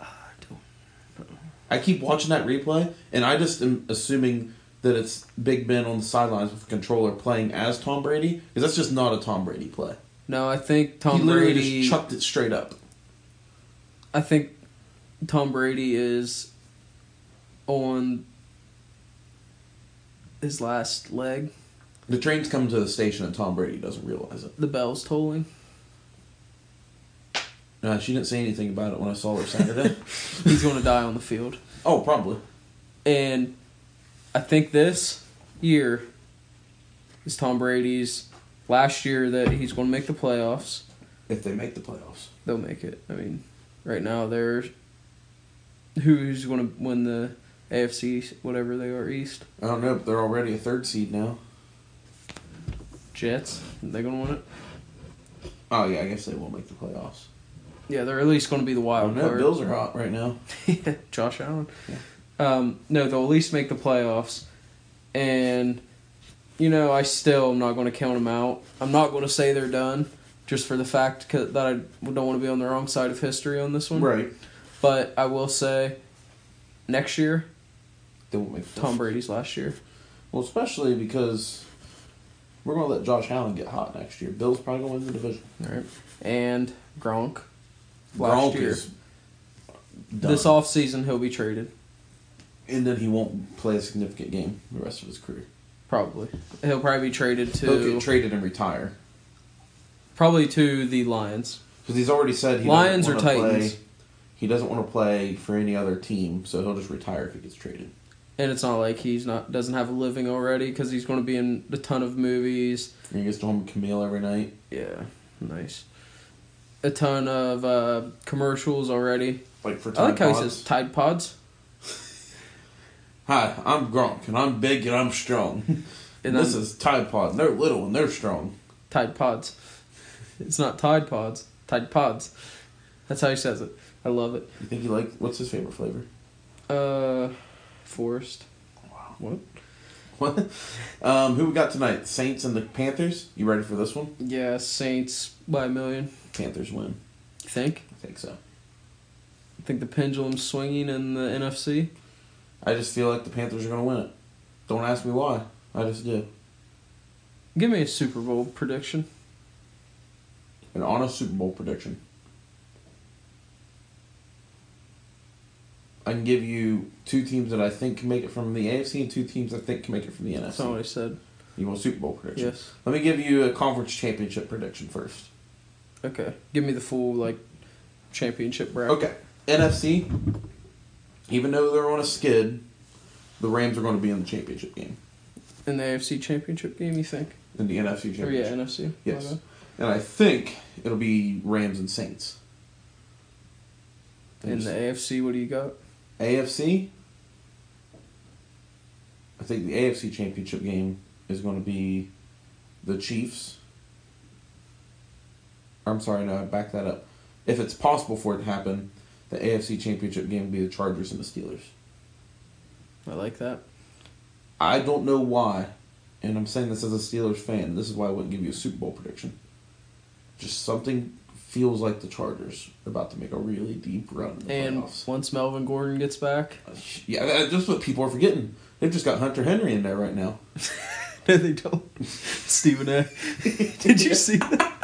S4: I don't.
S3: I keep watching that replay, and I just am assuming that it's Big Ben on the sidelines with a controller playing as Tom Brady, because that's just not a Tom Brady play.
S4: No, I think Tom
S3: he literally
S4: Brady.
S3: just chucked it straight up.
S4: I think Tom Brady is on his last leg.
S3: The train's come to the station, and Tom Brady doesn't realize it.
S4: The bell's tolling.
S3: Uh, she didn't say anything about it when I saw her Saturday.
S4: He's going to die on the field.
S3: oh, probably.
S4: And I think this year is Tom Brady's last year that he's going to make the playoffs.
S3: If they make the playoffs.
S4: They'll make it. I mean, right now they're who's going to win the AFC whatever they are East
S3: I don't know, but they're already a third seed now.
S4: Jets. They're going to win it.
S3: Oh, yeah, I guess they will make the playoffs.
S4: Yeah, they're at least going to be the
S3: I don't
S4: wild
S3: know.
S4: card.
S3: Oh, Bills are hot right now.
S4: Josh Allen. Um, no, they'll at least make the playoffs. And, you know, I still am not going to count them out. I'm not going to say they're done just for the fact 'cause- that I don't want to be on the wrong side of history on this one.
S3: Right.
S4: But I will say next year,
S3: They won't make the playoffs.
S4: Tom Brady's last year.
S3: Well, especially because we're going to let Josh Allen get hot next year. Bill's probably going to win the division.
S4: All right. And Gronk. Last
S3: Gronk
S4: year.
S3: is done.
S4: This offseason, he'll be traded.
S3: and then he won't play a significant game the rest of his career.
S4: Probably. He'll probably be traded
S3: He'll
S4: to.
S3: get traded and retire
S4: probably to the Lions.
S3: because he's already said he
S4: Lions
S3: doesn't
S4: or
S3: wanna play-
S4: Titans?
S3: He doesn't want to play for any other team, so he'll just retire if he gets traded.
S4: and it's not like he's not doesn't have a living already because he's going to be in a ton of movies.
S3: And he gets to home with Camille every night.
S4: Yeah, nice. A ton of uh, commercials already.
S3: Like for
S4: I
S3: Tide
S4: like how he
S3: Pods.
S4: says Tide Pods,
S3: Hi, I'm Gronk, and I'm big and I'm strong. And,
S4: And
S3: this
S4: I'm-
S3: is Tide Pod, and they're little and they're strong.
S4: Tide Pods. It's not Tide Pods, Tide Pods. That's how he says it. I love it.
S3: You think he like what's his favorite flavor?
S4: Uh, Forrest.
S3: Wow.
S4: What?
S3: What? Um, who we got tonight? Saints and the Panthers. You ready for this one?
S4: Yeah, Saints by a million.
S3: Panthers win.
S4: You think?
S3: I think so.
S4: I think the pendulum's swinging in the NFC.
S3: I just feel like the Panthers are gonna win it. Don't ask me why. I just do.
S4: Give me a Super Bowl prediction.
S3: An honest Super Bowl prediction. I can give you two teams that I think can make it from the AFC and two teams I think can make it from the
S4: That's not what I
S3: NFC.
S4: said.
S3: You want a Super Bowl prediction?
S4: Yes.
S3: Let me give you a conference championship prediction first.
S4: Okay. Give me the full like championship bracket.
S3: Okay. NFC, even though they're on a skid, the Rams are going to be in the championship game.
S4: In the AFC championship game, you think?
S3: In the NFC championship.
S4: Or Oh, yeah, NFC. my
S3: Yes.
S4: bad.
S3: And I think it'll be Rams and Saints.
S4: In the AFC, what do you got?
S3: AFC, I think the AFC championship game is going to be the Chiefs. I'm sorry, no, I back that up. If it's possible for it to happen, the AFC championship game will be the Chargers and the Steelers.
S4: I like that.
S3: I don't know why, and I'm saying this as a Steelers fan. This is why I wouldn't give you a Super Bowl prediction. Just something feels like the Chargers are about to make a really deep run. In the
S4: And
S3: playoffs.
S4: once Melvin Gordon gets back,
S3: yeah, that's just what people are forgetting. They've just got Hunter Henry in there right now.
S4: no, they don't. Stephen A. Did you see that?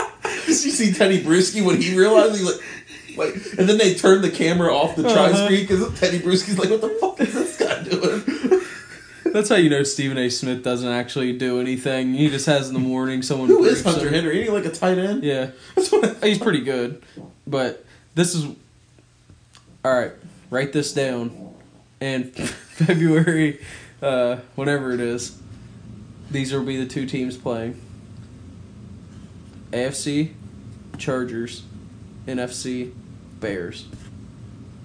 S3: Did you see Teddy Bruschi when he realized he's like, like, and then they turned the camera off the try
S4: Uh-huh.
S3: screen because Teddy Bruschi's like, what the fuck is this guy doing?
S4: That's how you know Stephen A. Smith doesn't actually do anything. He just has in the morning someone.
S3: Who is
S4: briefs
S3: Hunter
S4: him.
S3: Henry? Ain't he like a tight end?
S4: Yeah,
S3: That's what I-
S4: he's pretty good, but this is all right. write this down. And February, uh, whenever it is, these will be the two teams playing. AFC, Chargers, NFC, Bears.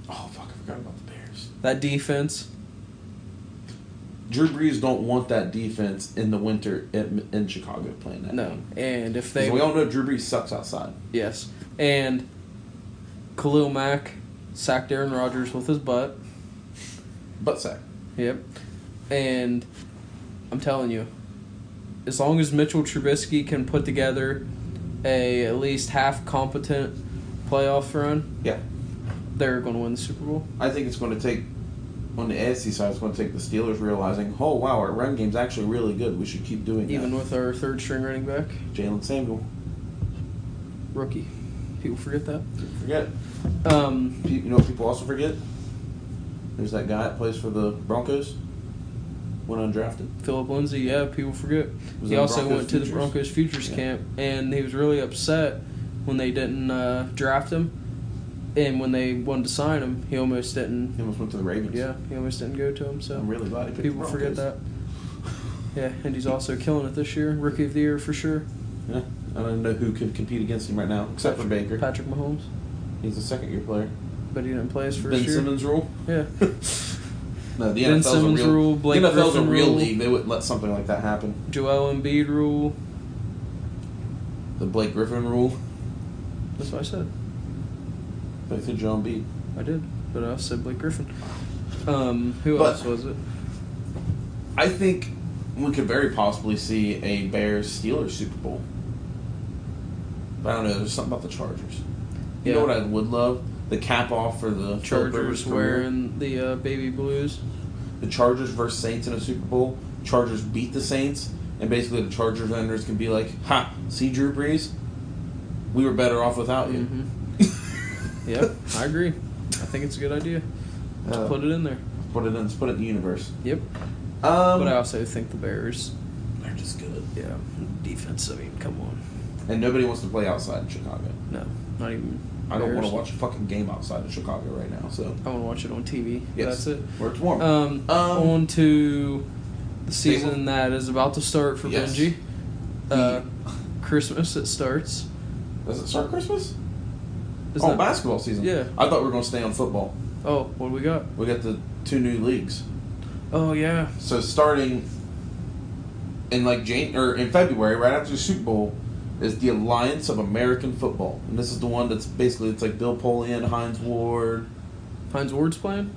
S3: Oh fuck! I forgot about the Bears.
S4: That defense,
S3: Drew Brees don't want that defense in the winter in, in Chicago playing that.
S4: no. And if they
S3: Because we all know Drew Brees sucks outside.
S4: Yes. And Khalil Mack sacked Aaron Rodgers with his butt.
S3: But sack.
S4: Yep. And I'm telling you, as long as Mitchell Trubisky can put together a at least half competent playoff run,
S3: Yeah.
S4: they're going to win the Super Bowl.
S3: I think it's going to take on the AFC side. It's going to take the Steelers realizing, oh wow, our run game's actually really good. We should keep doing
S4: Even
S3: that.
S4: with our third string running back,
S3: Jalen Samuel.
S4: rookie. People forget that.
S3: Forget.
S4: Um,
S3: Pe- You know what people also forget? There's that guy that plays for the Broncos. Went undrafted.
S4: Philip Lindsay, yeah, people forget.
S3: Was
S4: he
S3: on
S4: also
S3: Broncos
S4: went to the
S3: Futures?
S4: Broncos Futures
S3: Yeah.
S4: Camp, and he was really upset when they didn't uh, draft him, and when they wanted to sign him, he almost didn't.
S3: He almost went to the Ravens.
S4: Yeah, he almost didn't go to him. So
S3: I'm really glad he picked
S4: people
S3: the
S4: forget
S3: Broncos.
S4: that. Yeah, and he's also killing it this year, rookie of the year for sure.
S3: Yeah. I don't know who could compete against him right now, except for Baker.
S4: Patrick Mahomes,
S3: He's a second year player.
S4: but he didn't play his first
S3: ben
S4: year.
S3: Simmons rule.
S4: Yeah,
S3: No, the
S4: Ben
S3: NFL's
S4: Simmons
S3: a real
S4: rule, Blake
S3: the NFL's
S4: Griffin
S3: a real
S4: rule.
S3: league. They wouldn't let something like that happen.
S4: Joel Embiid rule.
S3: The Blake Griffin rule.
S4: That's what I said.
S3: They said John B.
S4: I did, but I also said Blake Griffin. Um, who
S3: But-
S4: else was it?
S3: I think we could very possibly see a Bears Steelers Super Bowl. But I don't know. There's something about the Chargers. You know
S4: Yeah.
S3: what I would love? The cap off for the Phillip Rivers
S4: Chargers
S3: career.
S4: wearing the uh, baby blues.
S3: the Chargers versus Saints in a Super Bowl. Chargers beat the Saints, and basically the Chargers vendors can be like, "Ha, see Drew Brees, we were better off without you."
S4: hmm Mm-hmm. Yep, I agree. I think it's a good idea. Let's
S3: Uh,
S4: put it in there.
S3: Put it in. Let's put it in the universe.
S4: Yep.
S3: Um,
S4: But I also think the Bears.
S3: they're just good,
S4: Yeah. Defense. I mean, come on.
S3: and nobody wants to play outside in Chicago.
S4: No, not even.
S3: I don't want
S4: Bears.
S3: to watch a fucking game outside of Chicago right now. So
S4: I want to watch it on TV.
S3: yes,
S4: That's it.
S3: Where it's warm.
S4: Um,
S3: Um,
S4: on to the season that is about to start for
S3: Yes.
S4: Benji. Uh,
S3: The-
S4: Christmas it starts.
S3: does it start Christmas?
S4: Is
S3: oh,
S4: that-
S3: basketball season.
S4: Yeah.
S3: I thought we were going to stay on football.
S4: Oh, what do we got?
S3: We got the two new leagues.
S4: Oh yeah.
S3: So starting in like Jan or in February, right after the Super Bowl, is the Alliance of American Football, and this is the one that's basically it's like Bill Polian, Heinz Ward.
S4: Heinz Ward's playing.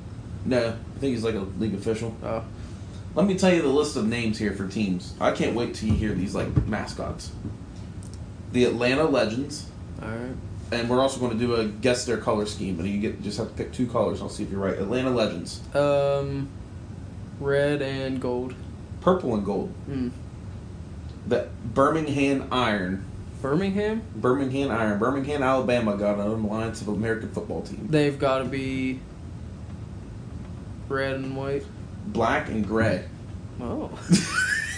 S3: No, I think he's like a league official.
S4: Oh.
S3: Let me tell you the list of names here for teams. I can't wait till you hear these like mascots. The Atlanta Legends,
S4: All right.
S3: and we're also going to do a guess their color scheme, and you get just have to pick two colors. I'll see if you're right. Atlanta Legends,
S4: Um, red and gold.
S3: purple and gold.
S4: Mm.
S3: The Birmingham Iron,
S4: Birmingham.
S3: Birmingham Iron. Birmingham, Alabama got an alliance of American football team.
S4: They've got to be red and white.
S3: Black and gray.
S4: Oh.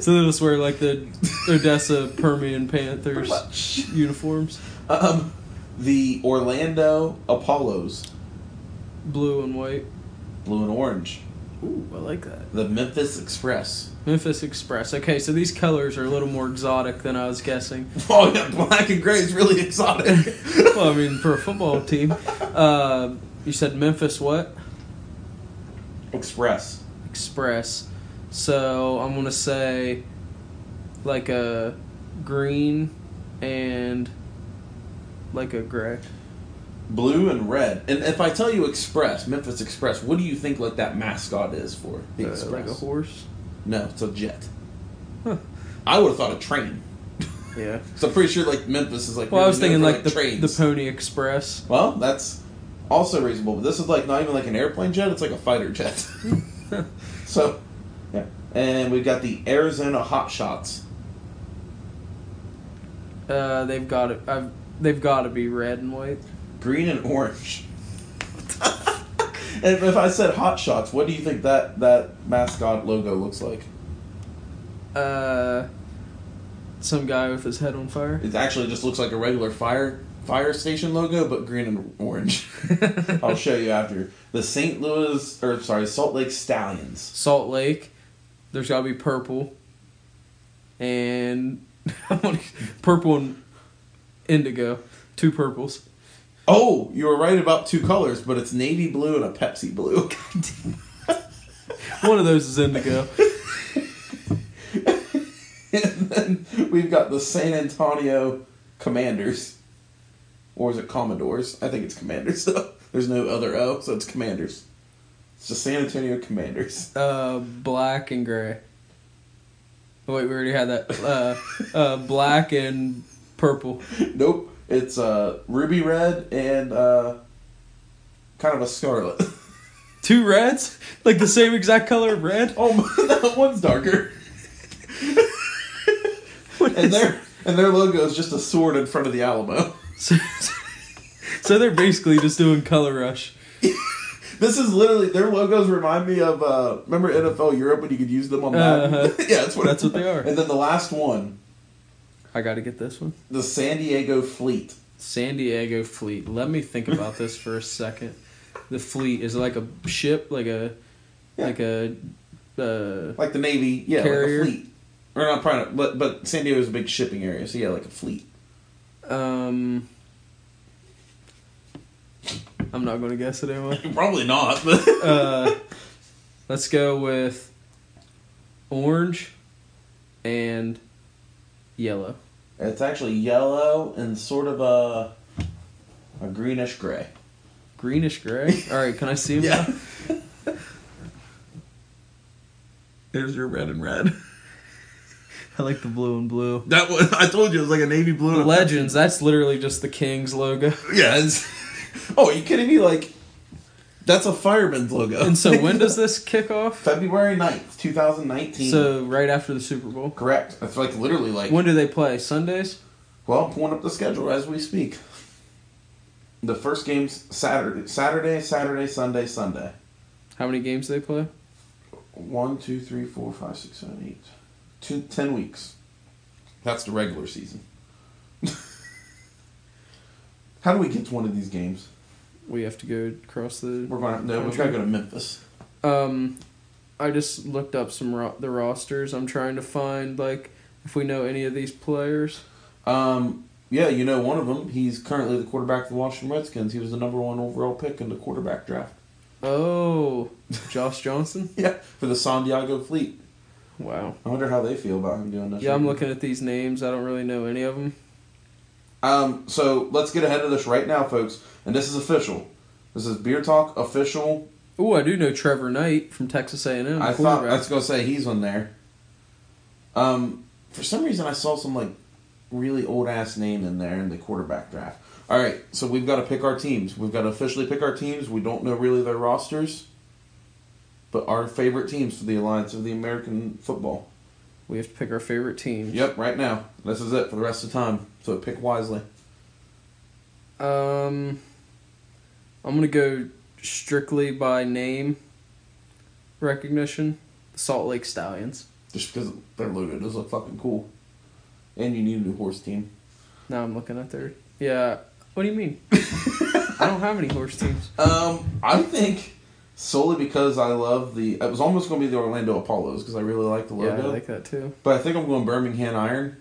S4: so they just wear like the Odessa Permian Panthers
S3: much.
S4: uniforms,
S3: Um, the Orlando Apollos,
S4: blue and white.
S3: blue and orange.
S4: Ooh, I like that.
S3: The Memphis Express.
S4: Memphis Express. Okay, so these colors are a little more exotic than I was guessing.
S3: Oh yeah, black and gray is really exotic.
S4: well, I mean, for a football team, uh, you said Memphis what?
S3: Express.
S4: Express. So I'm gonna say like a green and like a gray.
S3: Blue and red. And if I tell you Express, Memphis Express, what do you think like that mascot is for? The
S4: Uh,
S3: Express.
S4: like a horse.
S3: No, it's a jet.
S4: Huh.
S3: I would have thought a train.
S4: Yeah.
S3: So I'm pretty sure like Memphis is like.
S4: Well, I
S3: really
S4: was thinking
S3: known for,
S4: like the the Pony Express.
S3: Well, that's also reasonable, but this is like not even like an airplane jet, it's like a fighter jet. so, yeah. And we've got the Arizona Hot Shots.
S4: Uh, they've got it. I've they've got to be red and white.
S3: Green and orange. and if I said Hot Shots, what do you think that that mascot logo looks like?
S4: Uh, some guy with his head on fire.
S3: It actually just looks like a regular fire fire station logo, but green and orange. I'll show you after. The St. Louis, or sorry, Salt Lake Stallions.
S4: Salt Lake. There's got to be purple. And purple and indigo. Two purples.
S3: Oh, you were right about two colors, but it's navy blue and a Pepsi blue.
S4: One of those is indigo.
S3: and then we've got the San Antonio Commanders. Or is it Commodores? I think it's Commanders, though. There's no other O, so it's Commanders. It's the San Antonio Commanders.
S4: Uh, black and gray. Oh, wait, we already had that. Uh, uh, black and purple.
S3: Nope. It's uh, ruby red and uh, kind of a scarlet.
S4: Two reds? Like the same exact color of red?
S3: oh, that one's darker. and their and their logo is just a sword in front of the Alamo.
S4: So, so they're basically just doing color rush.
S3: This is literally their logos remind me of uh, remember NFL Europe when you could use them on that.
S4: Uh-huh.
S3: yeah, that's what
S4: That's what they are.
S3: And then the last one,
S4: I gotta get this one.
S3: the San Diego Fleet.
S4: San Diego Fleet. Let me think about this for a second. The fleet is it like a ship, like a,
S3: Yeah.
S4: like a, uh,
S3: like the Navy, yeah,
S4: Carrier.
S3: like a fleet. Or not probably, not, but but San Diego's a big shipping area, so yeah, like a fleet.
S4: um. I'm not gonna guess it anymore.
S3: Probably not, but
S4: Uh, let's go with orange and yellow.
S3: it's actually yellow and sort of a a greenish gray.
S4: Greenish gray. All right, can I see them? now?
S3: There's your red and red.
S4: I like the blue and blue.
S3: That was I told you it was like a navy blue.
S4: The
S3: and a-
S4: legends. That's literally just the Kings logo.
S3: Yeah. It's, oh, are you kidding me? Like that's a fireman's logo.
S4: And so when does this kick off?
S3: February 9th, 2019.
S4: So right after the Super Bowl.
S3: correct. That's like literally like
S4: When do they play? Sundays?
S3: Well, I'm pulling up the schedule as we speak. The first game's Saturday, Saturday, Saturday, Sunday, Sunday.
S4: How many games do they play?
S3: One, two, three, four, five, six, seven, eight. Two, ten weeks. That's the regular season. How do we get to one of these games?
S4: We have to go across the.
S3: We're going to no. We've got to go to Memphis.
S4: Um, I just looked up some ro- the rosters. I'm trying to find like if we know any of these players.
S3: Um, yeah, you know one of them. He's currently the quarterback of the Washington Redskins. He was the number one overall pick in the quarterback draft.
S4: Oh, Josh Johnson.
S3: Yeah, for the San Diego Fleet.
S4: Wow.
S3: I wonder how they feel about him doing this.
S4: Yeah, I'm
S3: year.
S4: looking at these names. I don't really know any of them.
S3: Um, so let's get ahead of this right now, folks. And this is official. This is Beer Talk official.
S4: Oh, I do know Trevor Knight from Texas A&M.
S3: I thought I
S4: quarterback.
S3: was gonna say he's on there. Um, for some reason I saw some like really old ass name in there in the quarterback draft. All right, so we've got to pick our teams. We've got to officially pick our teams. We don't know really their rosters, but our favorite teams for the Alliance of the American Football.
S4: we have to pick our favorite team.
S3: Yep, right now. This is it for the rest of time. So pick wisely.
S4: Um, I'm gonna go strictly by name recognition. The Salt Lake Stallions.
S3: Just because their logo does look fucking cool. And you need a new horse team.
S4: Now I'm looking at their. Yeah. What do you mean? I don't have any horse teams.
S3: Um, I think solely because I love the. It was almost going to be the Orlando Apollos because I really like the
S4: Yeah, I
S3: logo.
S4: like that too.
S3: but I think I'm going Birmingham Iron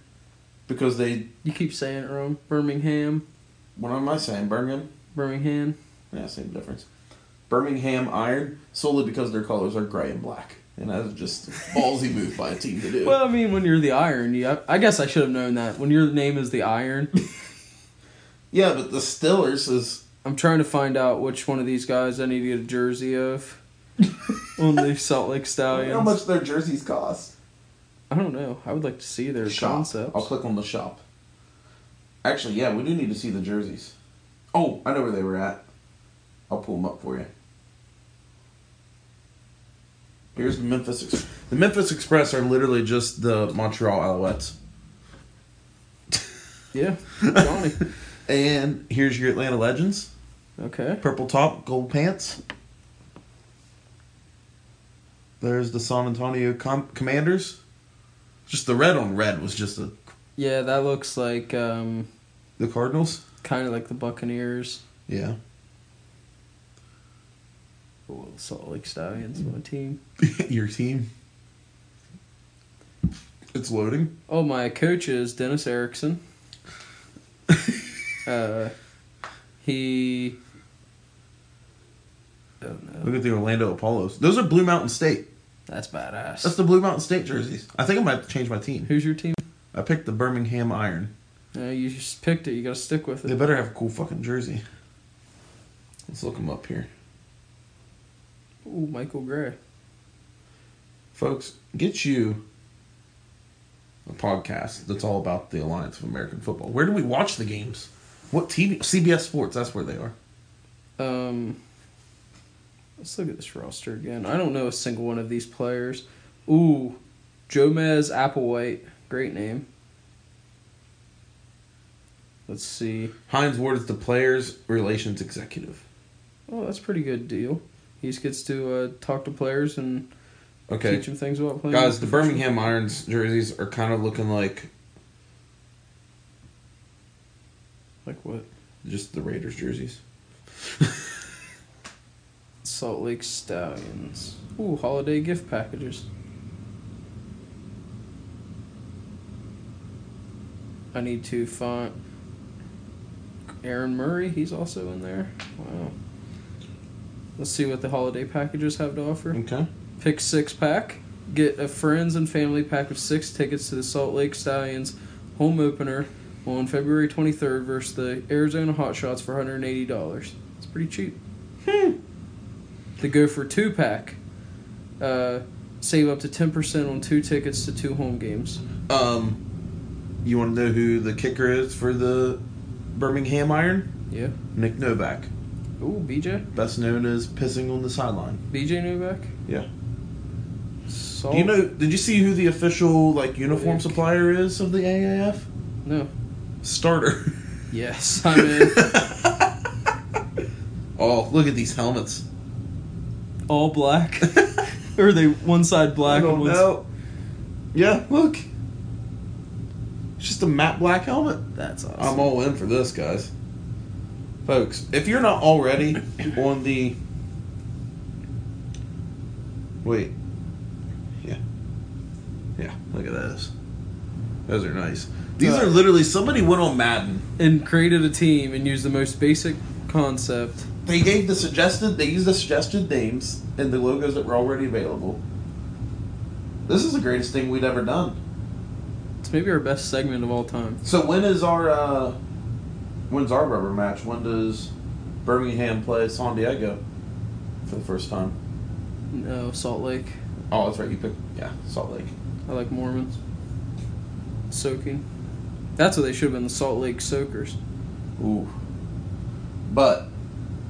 S3: because they.
S4: You keep saying it wrong. Birmingham,
S3: What am I saying? Birmingham?
S4: Birmingham.
S3: Yeah, same difference. Birmingham Iron solely because their colors are gray and black. And that is just a ballsy move by a team to do.
S4: Well, I mean, when you're the Iron, yeah. I guess I should have known that. When your name is the Iron,
S3: yeah, but the Stillers is.
S4: I'm trying to find out which one of these guys I need to get a jersey of. on the Salt Lake Stallions.
S3: How much their jerseys cost?
S4: I don't know. I would like to see their
S3: shop. Oh,
S4: concepts.
S3: I'll click on the shop. Actually, yeah, we do need to see the jerseys. Oh, I know where they were at. I'll pull them up for you. Here's the Memphis. Ex- the Memphis Express are literally just the Montreal Alouettes,
S4: Yeah, Johnny.
S3: and here's your Atlanta Legends:
S4: okay.
S3: purple top, gold pants. There's the San Antonio Com- Commanders. Just the red on red was just the
S4: Yeah, that looks like um,
S3: the Cardinals.
S4: kind of like the Buccaneers.
S3: Yeah.
S4: A little Salt Lake Stallions,
S3: Mm-hmm.
S4: my team.
S3: Your team. It's loading.
S4: Oh, my coach is Dennis Erickson. uh, he. Oh no,
S3: Look at the Orlando Apollos. Those are Blue Mountain State.
S4: that's badass.
S3: That's the Blue Mountain State jerseys. I think I might have to change my team.
S4: Who's your team?
S3: I picked the Birmingham Iron.
S4: No, you just picked it. You gotta stick with
S3: They
S4: it.
S3: better have a cool fucking jersey. Let's look them up here.
S4: Ooh, Michael Gray.
S3: Folks, get you a podcast that's all about the Alliance of American Football. Where do we watch the games? What TV? CBS Sports, that's where they are.
S4: Um, let's look at this roster again. I don't know a single one of these players. Ooh, Jomez Applewhite, great name. Let's see.
S3: Heinz Ward is the Players Relations Executive.
S4: Oh, that's a pretty good deal. He just gets to uh, talk to players and
S3: Okay.
S4: teach them things about playing.
S3: Guys, the Birmingham Irons jerseys are kind of looking like
S4: like what?
S3: just the Raiders jerseys.
S4: Salt Lake Stallions. Ooh, holiday gift packages. I need to find Aaron Murray. He's also in there. Wow. Let's see what the holiday packages have to offer.
S3: Okay.
S4: Pick six pack. Get a friends and family pack of six tickets to the Salt Lake Stallions home opener on February 23rd versus the Arizona Hotshots for $180. It's pretty cheap
S3: Hmm.
S4: the go for two pack. Uh, save up to ten percent on two tickets to two home games.
S3: Um, you want to know who the kicker is for the Birmingham Iron?
S4: Yeah.
S3: Nick Novak,
S4: Ooh, BJ.
S3: best known as pissing on the sideline.
S4: BJ Novak.
S3: Yeah.
S4: Salt.
S3: Do you know? Did you see who the official like uniform
S4: Nick.
S3: supplier is of the AAF?
S4: No.
S3: Starter.
S4: Yes, I'm in.
S3: oh, look at these helmets.
S4: All black. or they one side black and one. Side.
S3: Yeah, look. It's just a matte black helmet.
S4: That's awesome.
S3: I'm all in for this, guys. Folks, if you're not already on the. Wait. Yeah. Yeah, look at those. Those are nice. These
S4: Uh,
S3: are literally. Somebody went on Madden.
S4: and created a team and used the most basic concept.
S3: They gave the suggested. They used the suggested names and the logos that were already available. This is the greatest thing we'd ever done.
S4: It's maybe our best segment of all time.
S3: So when is our uh, when's our rubber match? When does Birmingham play San Diego for the first time?
S4: No, Salt Lake.
S3: Oh, that's right. You picked yeah Salt Lake.
S4: I like Mormons. Soaking. That's what they should have been the Salt Lake Soakers.
S3: Ooh, but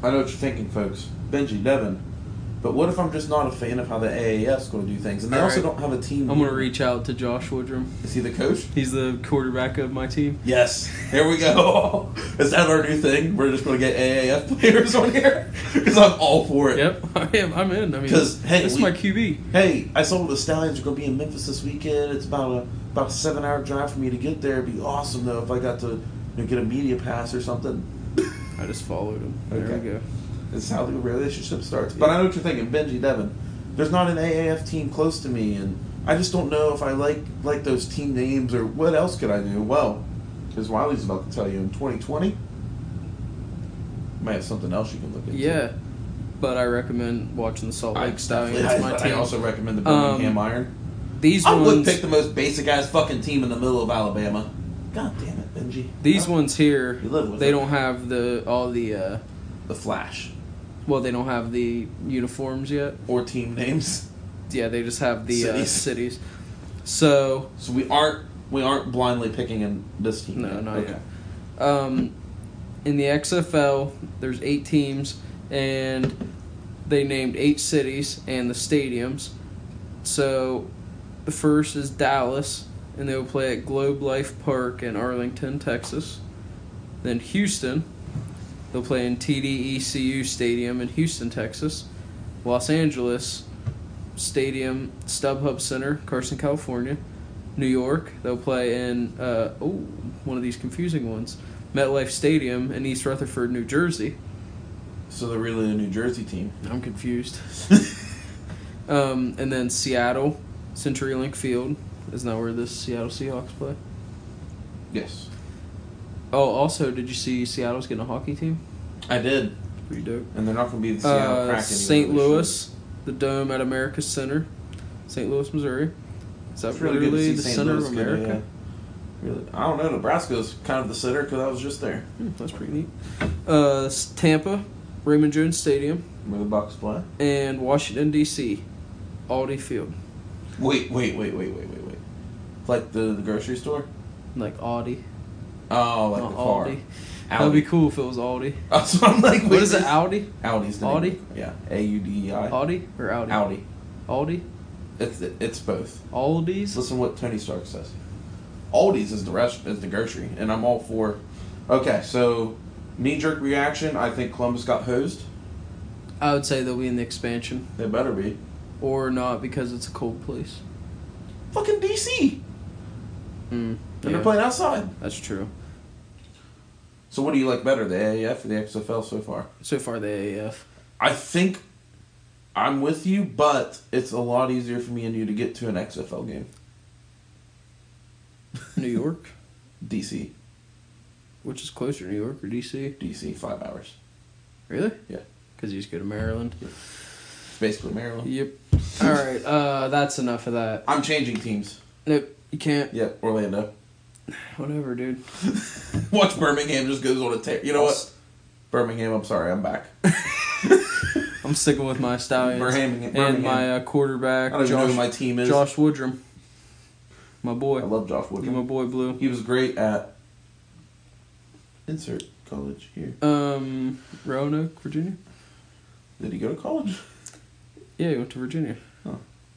S3: I know what you're thinking, folks. Benji Devin. But what if I'm just not a fan of how the AAF's going to do things, and they
S4: All
S3: also
S4: right.
S3: don't have a team?
S4: I'm gonna reach out to Josh Woodrum.
S3: Is he the coach?
S4: He's the quarterback of my team.
S3: Yes. Here we go. Is that our new thing? We're just going to get AAF players on here because I'm all for it.
S4: Yep, I am. I'm in. I mean,
S3: 'Cause, hey,
S4: that's
S3: we-
S4: my QB.
S3: Hey, I saw the Stallions are going to be in Memphis this weekend. It's about a about a seven hour drive for me to get there. It'd be awesome though if I got to you know, get a media pass or something.
S4: I just followed him. There
S3: Okay.
S4: we go.
S3: It's how the relationship starts. But I know what you're thinking, Benji Devin. There's not an AAF team close to me, and I just don't know if I like like those team names or what else could I do. Well, as Wiley's about to tell you, in 2020, you might have something else you can look into.
S4: Yeah, but I recommend watching the Salt
S3: I,
S4: Lake Stallions.
S3: definitely-
S4: my
S3: but
S4: team.
S3: I also recommend the
S4: Um,
S3: Birmingham Iron.
S4: these
S3: I would
S4: ones,
S3: pick the most basic ass fucking team in the middle of Alabama. God damn it, Benji.
S4: these
S3: Huh?
S4: ones here,
S3: You live with
S4: they
S3: it.
S4: don't have the all the. Uh,
S3: The Flash.
S4: well, they don't have the uniforms yet.
S3: Or team names.
S4: Yeah, they just have the cities. Uh,
S3: Cities.
S4: cities. So
S3: So we aren't we aren't blindly picking in this team.
S4: No,
S3: name.
S4: not yet. Um, in the XFL, there's eight teams, and they named eight cities and the stadiums. So, the first is Dallas, and they will play at Globe Life Park in Arlington, Texas. Then Houston, they'll play in TDECU Stadium in Houston, Texas. Los Angeles Stadium, StubHub Center, Carson, California. New York. They'll play in uh, oh, one of these confusing ones. MetLife Stadium in East Rutherford, New Jersey.
S3: So they're really a New Jersey team.
S4: I'm confused. um, and then Seattle, CenturyLink Field. Isn't that where the Seattle Seahawks play?
S3: Yes.
S4: Oh, also, did you see Seattle's getting a hockey team?
S3: I did.
S4: Pretty dope.
S3: And they're not going to be the Seattle Kraken.
S4: Uh,
S3: even
S4: St.
S3: though they should.
S4: Louis, the Dome at America Center, St. Louis, Missouri. Is that
S3: It's really good to
S4: literally
S3: see
S4: the
S3: St.
S4: center
S3: Louis
S4: of
S3: get a,
S4: America?
S3: uh, Really, I don't know. Nebraska's kind of the center because I was just there
S4: Hmm, that's pretty neat. Uh, s- Tampa, Raymond Jones Stadium,
S3: where the Bucks play.
S4: and Washington D.C., Aldi Field,
S3: Wait, wait, wait, wait, wait, wait, wait. Like the, the grocery store?
S4: like Aldi,
S3: Oh, like
S4: not
S3: the car.
S4: Uh, Aldi. That'd be
S3: Audi.
S4: cool if it was Aldi.
S3: That's what I'm like.
S4: What
S3: wait,
S4: is it?
S3: this-
S4: Audi,
S3: Audi's the name.
S4: Audi?
S3: Yeah, A U D E I.
S4: Audi, or Audi?
S3: Audi.
S4: Aldi,
S3: It's it's both.
S4: Aldi's.
S3: Listen what Tony Stark says. Aldi's is the rest is the grocery, and I'm all for. Okay, so knee jerk reaction. I think Columbus got hosed.
S4: I would say they'll be in the expansion
S3: They better be.
S4: or not because it's a cold place.
S3: Fucking DC,
S4: Mm,
S3: and
S4: yeah,
S3: they're playing outside.
S4: That's true.
S3: So what do you like better, the AAF or the XFL so far?
S4: So far, the AAF.
S3: I think I'm with you, but it's a lot easier for me and you to get to an XFL game.
S4: New York,
S3: DC,
S4: which is closer to New York or DC.
S3: DC, five hours.
S4: Really?
S3: Yeah.
S4: Because you just go to Maryland.
S3: It's basically Maryland.
S4: Yep. All right. Uh, that's enough of that.
S3: I'm changing teams.
S4: Nope. You can't.
S3: Yeah, Orlando.
S4: Whatever, dude.
S3: Watch Birmingham just goes on a tear. You know what? Birmingham, I'm sorry, I'm back.
S4: I'm sticking with my stallions
S3: Birmingham-
S4: and
S3: Birmingham.
S4: my uh, quarterback,
S3: I don't even know
S4: Josh,
S3: who my team is.
S4: Josh Woodrum. My boy.
S3: I love Josh Woodrum.
S4: You're my boy, Blue.
S3: He was great at insert college here.
S4: Um, Roanoke, Virginia.
S3: Did he go to college?
S4: Yeah, he went to Virginia.
S3: Huh.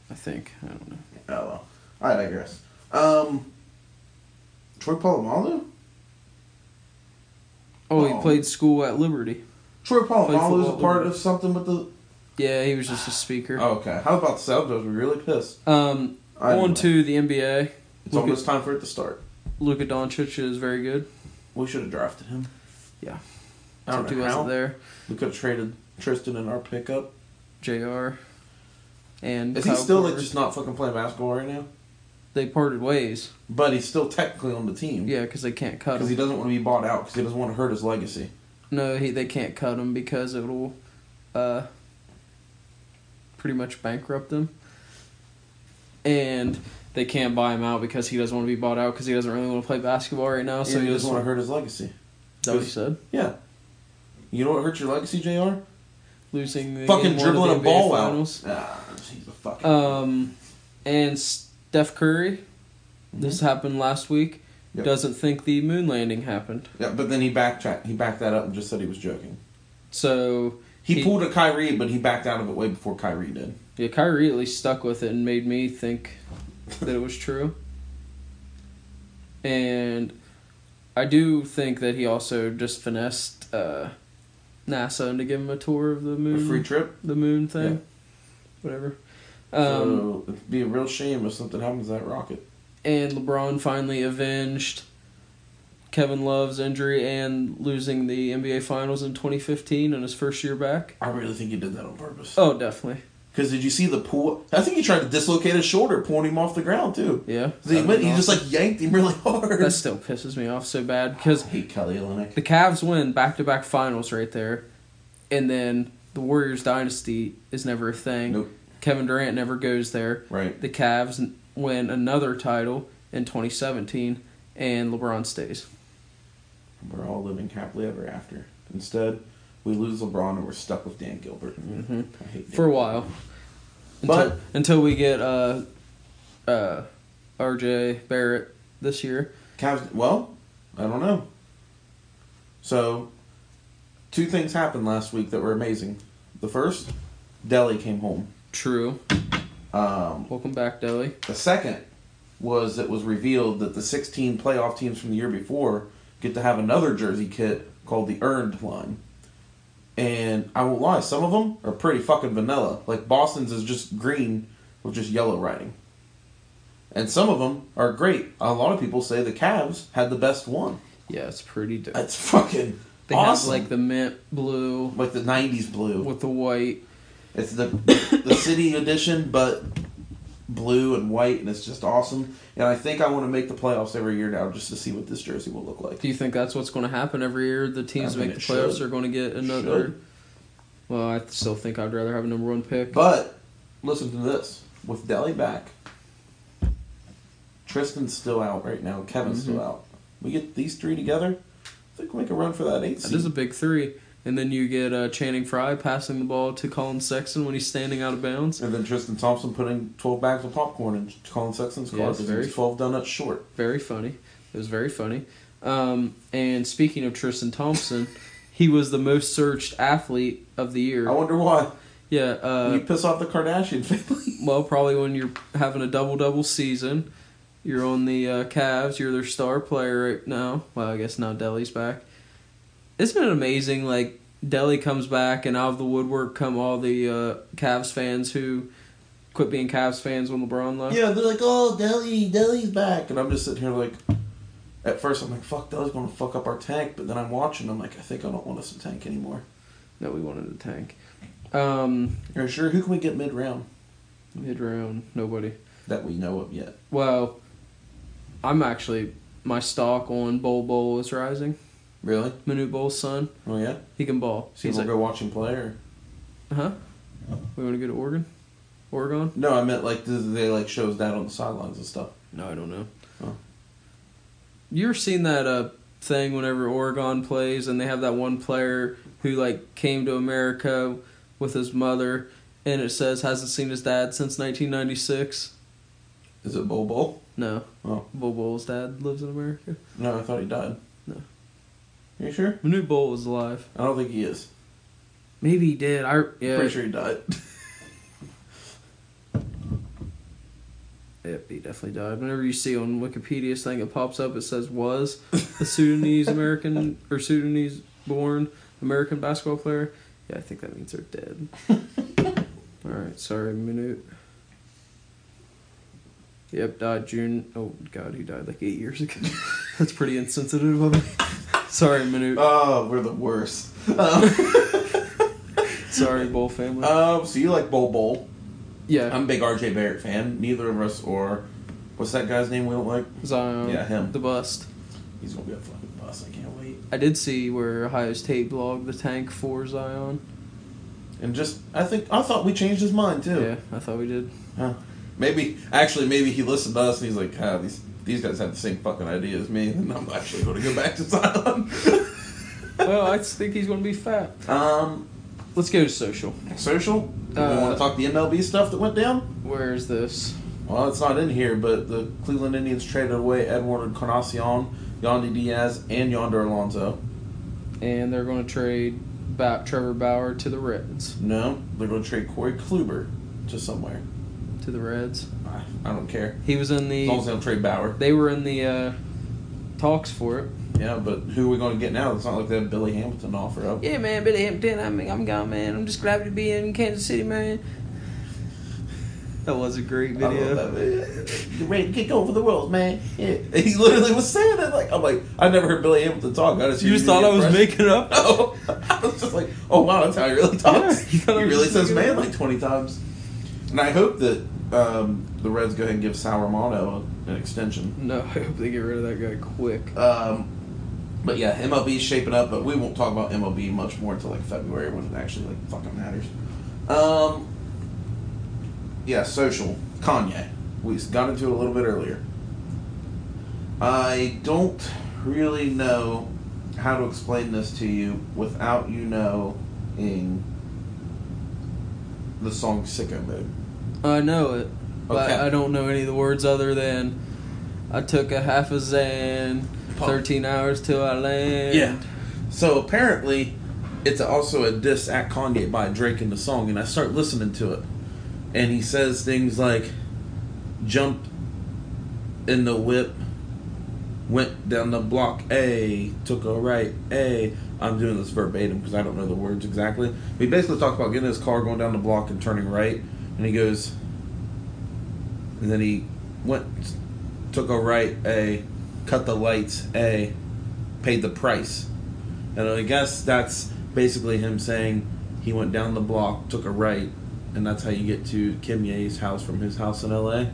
S4: I think. I don't know.
S3: Oh well. I digress. Um, Troy Polamalu.
S4: Oh,
S3: Oh.
S4: he played school at Liberty.
S3: Troy
S4: football
S3: Polamalu is a
S4: at
S3: part
S4: Liberty.
S3: of something with the.
S4: Yeah, he was just a speaker.
S3: Oh, okay. How about the Sabres? We're really pissed.
S4: Um,
S3: I don't
S4: on
S3: know.
S4: to the NBA.
S3: It's
S4: Luka,
S3: almost time for it to start.
S4: Luka Doncic is very good.
S3: We should have drafted him.
S4: Yeah.
S3: I don't
S4: Except he
S3: know how.
S4: wasn't there.
S3: We could have traded Tristan in our pickup.
S4: Jr. and
S3: Is
S4: Kyle
S3: he still like
S4: Korver.
S3: just not fucking playing basketball right now?
S4: they parted ways?
S3: But he's still technically on the team.
S4: Yeah, because they can't cut him.
S3: Because he doesn't want to be bought out because he doesn't want to hurt his legacy.
S4: no, he they can't cut him because it'll uh, pretty much bankrupt them. And they can't buy him out because he doesn't want to be bought out because he doesn't really want to play basketball right now. So
S3: So he doesn't want to
S4: to.
S3: hurt his legacy.
S4: Is that what he said?
S3: Yeah. You know what hurts your legacy, JR?
S4: Losing the
S3: fucking
S4: game
S3: dribbling
S4: one of the
S3: a
S4: NBA
S3: ball
S4: finals.
S3: out. Ah, he's a fucking.
S4: Um, and Steph Curry, this happened last week.
S3: Mm-hmm. Yep.
S4: Doesn't think the moon landing happened.
S3: yeah, but then he backtracked. He backed that up and just said he was joking.
S4: So
S3: He,
S4: He-
S3: pulled a Kyrie, but he backed out of it way before Kyrie did.
S4: Yeah, Kyrie at least stuck with it and made me think that it was true. And I do think that he also just finessed uh, NASA into giving him a tour of the
S3: A
S4: moon,
S3: free trip.
S4: the moon thing,
S3: Yeah.
S4: whatever. Um,
S3: So it'd be a real shame if something happens to that rocket.
S4: and LeBron finally avenged Kevin Love's injury and losing the NBA Finals in 2015 in his first year back.
S3: I really think he did that on purpose.
S4: Oh, definitely.
S3: Because did you see the pull? I think he tried to dislocate his shoulder, pulling him off the ground too.
S4: Yeah.
S3: So he,
S4: That'd
S3: went,
S4: be
S3: he just
S4: awesome.
S3: like yanked him really hard.
S4: that still pisses me off so bad because
S3: I hate Kelly Olynyk.
S4: The Cavs win back to back finals right there, and then the Warriors dynasty is never a thing.
S3: Nope.
S4: Kevin Durant never goes there.
S3: Right.
S4: The Cavs n- win another title in 2017, and LeBron stays.
S3: We're all living happily ever after. Instead, we lose LeBron and we're stuck with Dan Gilbert. Mm-hmm. I hate Dan
S4: for a while. Until,
S3: But-
S4: until we get uh, uh, RJ Barrett this year.
S3: Cavs. Well, I don't know. So, two things happened last week that were amazing. The first, Delhi came home.
S4: True.
S3: Um,
S4: Welcome back, Deli.
S3: the second was it was revealed that the 16 playoff teams from the year before get to have another jersey kit called the Earned Line. And I won't lie, some of them are pretty fucking vanilla. Like Boston's is just green with just yellow writing. And some of them are great. A lot of people say the Cavs had the best one.
S4: Yeah, it's pretty dope.
S3: That's fucking
S4: they
S3: awesome.
S4: have like the mint blue
S3: like the '90s blue.
S4: with the white.
S3: It's the the city edition, but blue and white, and it's just awesome. And I think I want to make the playoffs every year now, just to see what this jersey will look like.
S4: Do you think that's what's going to happen every year? The teams
S3: I
S4: that
S3: think
S4: make the
S3: it
S4: playoffs
S3: should.
S4: are going to get another. Well, I still think I'd rather have a number one pick.
S3: But listen to this: with Deli back, Tristan's still out right now. Kevin's
S4: Mm-hmm.
S3: still out. We get these three together. I think we make a run for that eight
S4: That is
S3: seed.
S4: a big three. And then you get uh, Channing Frye passing the ball to Colin Sexton when he's standing out of bounds.
S3: and then Tristan Thompson putting twelve bags of popcorn in Colin Sexton's
S4: Yeah,
S3: car
S4: it's
S3: because
S4: very-
S3: he's twelve donuts short.
S4: Very funny. It was very funny. Um, and speaking of Tristan Thompson, he was the most searched athlete of the year.
S3: I wonder why.
S4: yeah.
S3: When
S4: Uh,
S3: you piss off the Kardashian family.
S4: well, probably when you're having a double double season, you're on the uh, Cavs. You're their star player right now. Well, I guess now Delly's back. Isn't it amazing? Like Delly comes back, and out of the woodwork come all the uh, Cavs fans who quit being Cavs fans when LeBron left.
S3: Yeah, they're like, oh, Deli, Deli's back. And I'm just sitting here like, at first I'm like, fuck, Deli's going to fuck up our tank. But then I'm watching, I'm like, I think I don't want us to tank anymore.
S4: No, we wanted a tank. Um,
S3: Are you sure? Who can we get mid round
S4: mid round, nobody.
S3: that we know of yet?
S4: Well, I'm actually my stock on Bol Bol is rising.
S3: Really?
S4: Manute Bol's son,
S3: Oh, yeah?
S4: he can ball.
S3: So we'll
S4: like,
S3: go watch him play? Or...
S4: huh? Uh-huh. We want to go to Oregon, Oregon.
S3: No, I meant like, th- they like shows that on the sidelines and stuff.
S4: No, I don't know.
S3: Oh.
S4: You ever seen that uh, thing whenever Oregon plays and they have that one player who like came to America with his mother and it says hasn't seen his dad since 1996?
S3: Is it Bull Bull?
S4: No,
S3: Oh,
S4: Bull Bull's dad lives in America.
S3: no, I thought he died.
S4: No.
S3: Are you sure?
S4: Manute Bull was alive.
S3: I don't think he is.
S4: Maybe he did. I yeah.
S3: Pretty sure he died.
S4: Yep, he definitely died. Whenever you see on Wikipedia's thing, it pops up. It says was a Sudanese American or Sudanese born American basketball player. Yeah, I think that means they're dead. All right, sorry, minute. Yep, died June. Oh God, he died like eight years ago. That's pretty insensitive of me. Sorry, minute.
S3: oh, we're the worst.
S4: sorry, Bull family.
S3: Um, so you like Bull Bull?
S4: yeah,
S3: I'm a big RJ Barrett fan. Neither of us or what's that guy's name we don't like?
S4: Zion.
S3: yeah, him.
S4: The bust.
S3: He's gonna be a fucking bust. I can't wait.
S4: I did see where Ohio State blogged the tank for Zion.
S3: And just I think I thought we changed his mind too.
S4: Yeah, I thought we did.
S3: Huh. Maybe actually maybe he listened to us and he's like, ah, these these guys have the same fucking idea as me, and I'm actually gonna go back to Zion.
S4: well, I think he's going to be fat.
S3: um,
S4: Let's go to social.
S3: social. Do we
S4: Uh,
S3: want to talk the MLB stuff that went down?
S4: Where is this?
S3: Well, it's not in here, but the Cleveland Indians traded away Edward Encarnacion, Yandy Diaz, and Yonder Alonso.
S4: And they're going to trade ba- Trevor Bauer to the Reds.
S3: No, they're going to trade Corey Kluber to somewhere.
S4: To the Reds.
S3: I I don't care.
S4: He was in
S3: As long as
S4: the.
S3: they don't trade Bauer.
S4: They were in the uh, talks for it.
S3: Yeah, but who are we going to get now? It's not like they have Billy Hamilton to offer up.
S4: Yeah, man, Billy Hampton. I'm I'm gone, man. I'm just glad to be in Kansas City, man. That was a great
S3: I love
S4: video.
S3: that video. You're ready to kick over the world, man. Yeah. He literally was saying that. Like, I'm like, I never heard Billy Hamilton talk. I just
S4: You
S3: hear
S4: just thought
S3: do
S4: I
S3: the
S4: was
S3: impression.
S4: making it up.
S3: No. I was just like, oh wow, that's how he really talks.
S4: Yeah, you thought I
S3: he
S4: was
S3: really
S4: just
S3: says
S4: making it
S3: man
S4: up.
S3: like 20 times. And I hope that um, the Reds go ahead and give Sal Romano an extension.
S4: No, I hope they get rid of that guy quick.
S3: Um, but yeah, MLB's shaping up, but we won't talk about MLB much more until like February when it actually like fucking matters. Um, yeah, social Kanye. We got into it a little bit earlier. I don't really know how to explain this to you without you knowing the song "Sicko Mode."
S4: I know it, but
S3: Okay.
S4: I don't know any of the words other than I took a half a Zan,
S3: Pop.
S4: 13 hours till I land. Uh-huh.
S3: Yeah. So apparently, it's also a diss at Kanye by Drake in the song, and I start listening to it, and he says things like, "Jumped in the whip, went down the block, a took a right, a." I'm doing this verbatim because I don't know the words exactly. But he basically talks about getting in his car, going down the block, and turning right, and he goes, and then he went, took a right, a cut the lights, a paid the price. And I guess that's basically him saying he went down the block, took a right, and that's how you get to Kim Ye's house from his house in LA.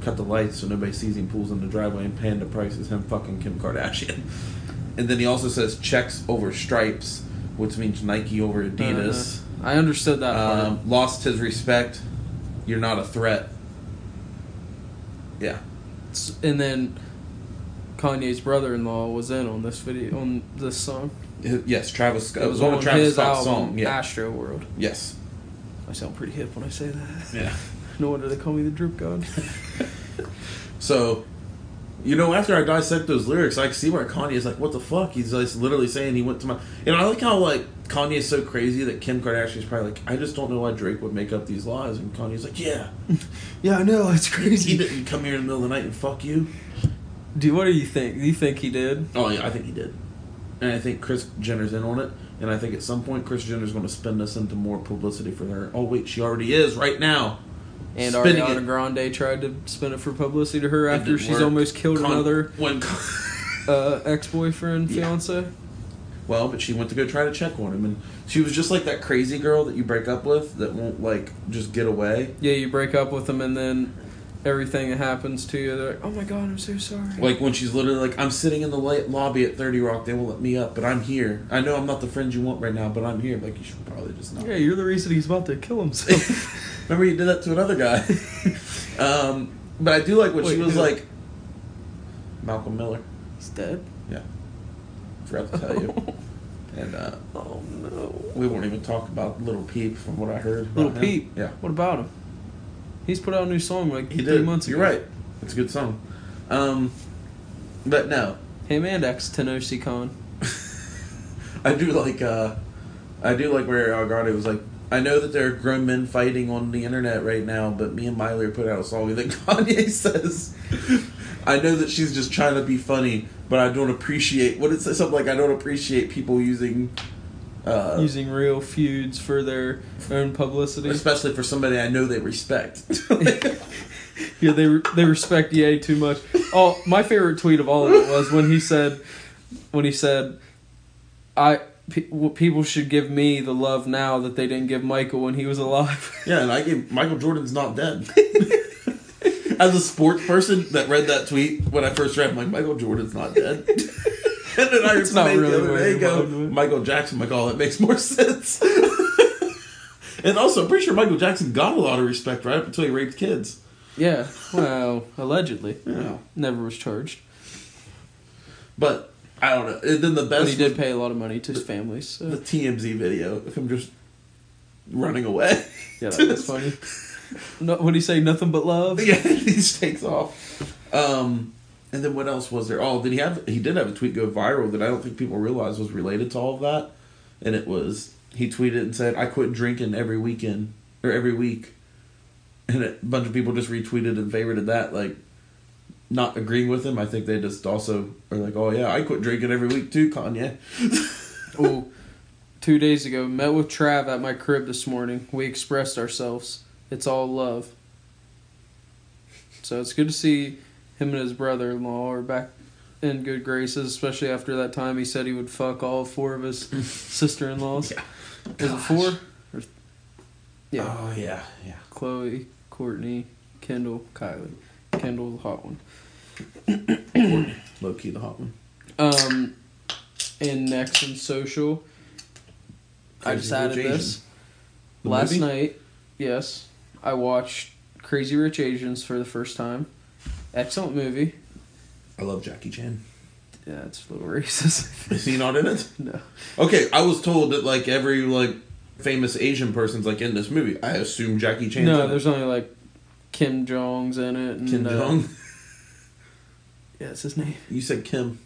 S3: Cut the lights so nobody sees him pulls in the driveway and paying the price is him fucking Kim Kardashian. And then he also says checks over stripes, which means Nike over Adidas.
S4: Uh, I understood that part.
S3: Um, lost his respect. You're not a threat. Yeah.
S4: S- and then Kanye's brother-in-law was in on this video on this song.
S3: H- Yes, Travis. Scott.
S4: It was on
S3: a Travis
S4: his
S3: Scott
S4: album,
S3: song. Yeah.
S4: Astro World.
S3: Yes.
S4: I sound pretty hip when I say that.
S3: Yeah.
S4: No wonder they call me the Droop God.
S3: So, you know, after I dissect those lyrics, I can see where Kanye is like, "What the fuck?" He's like literally saying he went to my. You know, I like how like Kanye is so crazy that Kim Kardashian's probably like, "I just don't know why Drake would make up these lies," and Kanye's like, "Yeah,
S4: yeah, I know it's
S3: he didn't come here in the middle of the night and fuck you."
S4: Dude, what do you think? Do you think he did?
S3: Oh yeah, I think he did, and I think Chris Jenner's in on it, and I think at some point Chris Jenner's going to spin us into more publicity for her. Oh wait, she already is right now.
S4: And
S3: Spinning
S4: Ariana
S3: it.
S4: Grande tried to spin it for publicity to her
S3: It
S4: after
S3: didn't
S4: she's
S3: work.
S4: almost killed
S3: Con-
S4: another
S3: when.
S4: uh, ex-boyfriend,
S3: Yeah.
S4: fiance.
S3: Well, but she went to go try to check on him, and she was just like that crazy girl that you break up with that won't like just get away.
S4: Yeah, you break up with them, and then everything that happens to you, they're like, "Oh my God, I'm so sorry."
S3: Like when she's literally like, "I'm sitting in the la- lobby at Thirty Rock. They won't let me up, but I'm here. I know I'm not the friend you want right now, but I'm here." Like you should probably just not.
S4: yeah, you're the reason he's about to kill himself.
S3: Remember you did that to another guy. um, but I do like what she
S4: Wait,
S3: was
S4: who?
S3: like. Malcolm Miller.
S4: he's dead.
S3: Yeah, forgot to tell you. And uh,
S4: Oh no.
S3: we won't even talk about Little Peep from what I heard. about
S4: Little
S3: him.
S4: Peep.
S3: Yeah.
S4: What about him? He's put out a new song like
S3: He
S4: three
S3: did.
S4: months ago.
S3: You're right. It's a good song. Um, but no,
S4: Him and ex Tennessee Con.
S3: I do like. Uh, I do like where Algarde was like. I know that there are grown men fighting on the internet right now, but me and Miley are putting out a song that Kanye says. I know that she's just trying to be funny, but I don't appreciate what it says. Something like I don't appreciate people using, uh,
S4: using real feuds for their own publicity.
S3: especially for somebody I know they respect.
S4: Yeah, they they respect Ye too much. Oh, my favorite tweet of all of it was when he said, when he said, I pe- well, people should give me the love now that they didn't give Michael when he was alive.
S3: Yeah, and I gave Michael Jordan's not dead. As a sports person that read that tweet when I first read, it, I'm like Michael Jordan's not dead. and then I
S4: It's not
S3: made
S4: really
S3: the other
S4: where
S3: day
S4: your
S3: go
S4: mind went.
S3: Michael Jackson. I'm like, oh, that makes more sense. and also, I'm pretty sure Michael Jackson got a lot of respect right up until he raped kids.
S4: yeah, well, allegedly,
S3: Yeah,
S4: never was charged,
S3: but I don't know. And then the
S4: but
S3: best
S4: he did pay a lot of money to his family.
S3: was
S4: So
S3: the TMZ video of him just running away.
S4: yeah, that was funny. No, what do you say? Nothing but love.
S3: yeah, he just takes off. Um, and then what else was there? Oh, did he have? He did have a tweet go viral that I don't think people realize was related to all of that. And it was he tweeted and said, "I quit drinking every weekend or every week," and a bunch of people just retweeted and favorited that, like not agreeing with him. I think they just also are like, "Oh yeah, I quit drinking every week too, Kanye."
S4: Ooh, two days ago, met with Trav at my crib this morning. We expressed ourselves. It's all love. So it's good to see him and his brother in law are back in good graces, especially after that time he said he would fuck all four of his sister in laws.
S3: Yeah.
S4: Is it
S3: Gosh.
S4: four? Or- yeah.
S3: Oh yeah, yeah.
S4: Chloe, Courtney, Kendall, Kylie. Kendall, the hot one.
S3: Low key the hot one.
S4: Um, and next in social, I
S3: Crazy
S4: just
S3: Rich
S4: added
S3: Asian.
S4: this.
S3: The
S4: Last
S3: movie?
S4: night, yes, I watched Crazy Rich Asians for the first time. Excellent movie.
S3: I love Jackie Chan.
S4: Yeah, it's a little racist.
S3: Is he not in it?
S4: no.
S3: Okay, I was told that like every like famous Asian person's like in this movie. I assume Jackie Chan.
S4: No, there's only like Kim Jong's in it. And,
S3: Kim
S4: uh,
S3: Jong.
S4: Yeah, it's his name.
S3: You said Kim.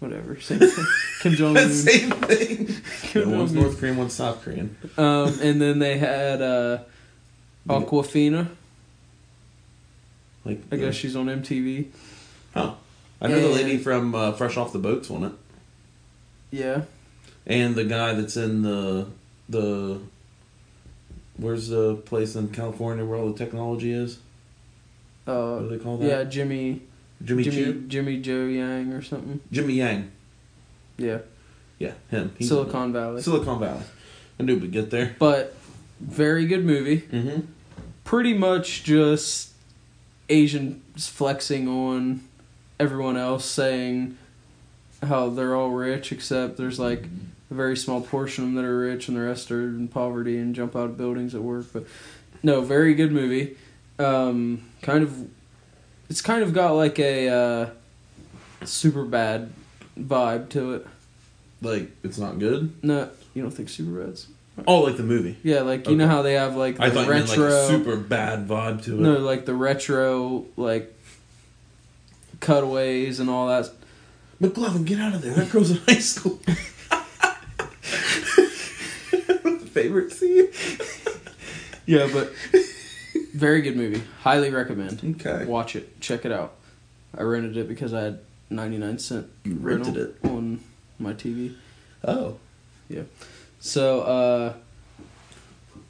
S4: Whatever. Same thing. Kim Jong Un.
S3: Same thing.
S4: Kim
S3: No, one's
S4: Jong-un.
S3: North Korean, one's South Korean.
S4: Um, and then they had uh, Aquafina.
S3: Like
S4: I guess she's on MTV.
S3: Huh. I know the lady
S4: And-
S3: from uh, Fresh Off the Boats on it,
S4: Yeah.
S3: and the guy that's in the the. Where's the place in California where all the technology is?
S4: Uh,
S3: What do they call that?
S4: yeah, Jimmy.
S3: Jimmy
S4: Jimmy
S3: Jimmy,
S4: Jimmy Joe Yang or something.
S3: Jimmy Yang.
S4: Yeah.
S3: Yeah, him. He's-
S4: Silicon Valley.
S3: Silicon Valley. I knew we'd get there.
S4: but very good movie.
S3: Mm-hmm.
S4: Pretty much just Asians flexing on everyone else, saying how they're all rich, except there's like a very small portion of them that are rich, and the rest are in poverty and jump out of buildings at work. But no, very good movie. Um, kind of, it's kind of got like a uh, super bad vibe to it.
S3: Like it's not good.
S4: No, you don't think super bad's
S3: Oh, like the movie.
S4: Yeah, like you know
S3: Okay.
S4: how they have like the
S3: I thought
S4: retro.
S3: you meant like a super bad vibe to it.
S4: no, like the retro like cutaways and all that.
S3: McLovin, get out of there. That girl's in high school. Favorite scene.
S4: Yeah, but very good movie. Highly recommend.
S3: Okay.
S4: Watch it. Check it out. I rented it because I had ninety nine cent.
S3: You rented
S4: rental on my TV.
S3: Oh.
S4: Yeah. So uh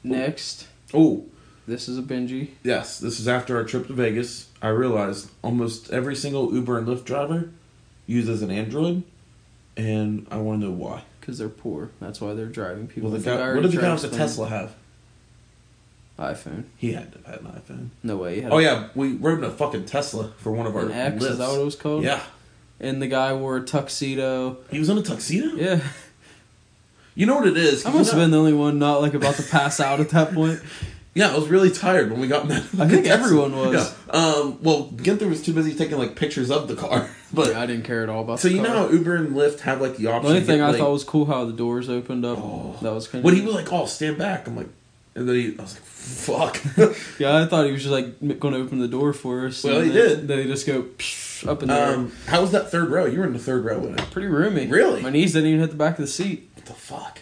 S4: next,
S3: Oh.
S4: this is a Benji.
S3: Yes, this is after our trip to Vegas. I realized almost every single Uber and Lyft driver uses an Android, and I want to know why.
S4: Because they're poor. That's why they're driving people.
S3: Well, the
S4: I think I
S3: guy, what
S4: already
S3: did the guy
S4: tried
S3: with the Tesla
S4: explaining-
S3: have?
S4: iPhone.
S3: He had to have had an iPhone.
S4: No way. He had
S3: Oh
S4: a-
S3: yeah, we rode in a fucking Tesla for one of our
S4: An X, is
S3: lifts.
S4: that what it was called?
S3: Yeah,
S4: and the guy wore a tuxedo.
S3: he was in a tuxedo.
S4: Yeah,
S3: You know what it is?
S4: I
S3: You
S4: must
S3: know-
S4: have been the only one not like about to pass out at that point.
S3: Yeah, I was really tired when we got in that.
S4: I think
S3: Tesla.
S4: everyone was.
S3: Yeah. Um, well, Ginther was too busy taking like pictures of the car, but
S4: I didn't care at all about.
S3: so
S4: the
S3: you know
S4: car.
S3: how Uber and Lyft have like the option.
S4: the only
S3: to
S4: thing
S3: get,
S4: I
S3: like-
S4: thought was cool how the doors opened up.
S3: Oh.
S4: That was kind of.
S3: When he was like, "Oh, stand back," I'm like, and then he, I was like, "Fuck."
S4: Yeah, I thought he was just like going to open the door for us.
S3: Well,
S4: and
S3: he
S4: then,
S3: did.
S4: Then they just go psh, up in there.
S3: um, how was that third row? You were in the third row with it.
S4: Pretty roomy.
S3: really?
S4: My knees didn't even hit the back of the seat.
S3: What the fuck?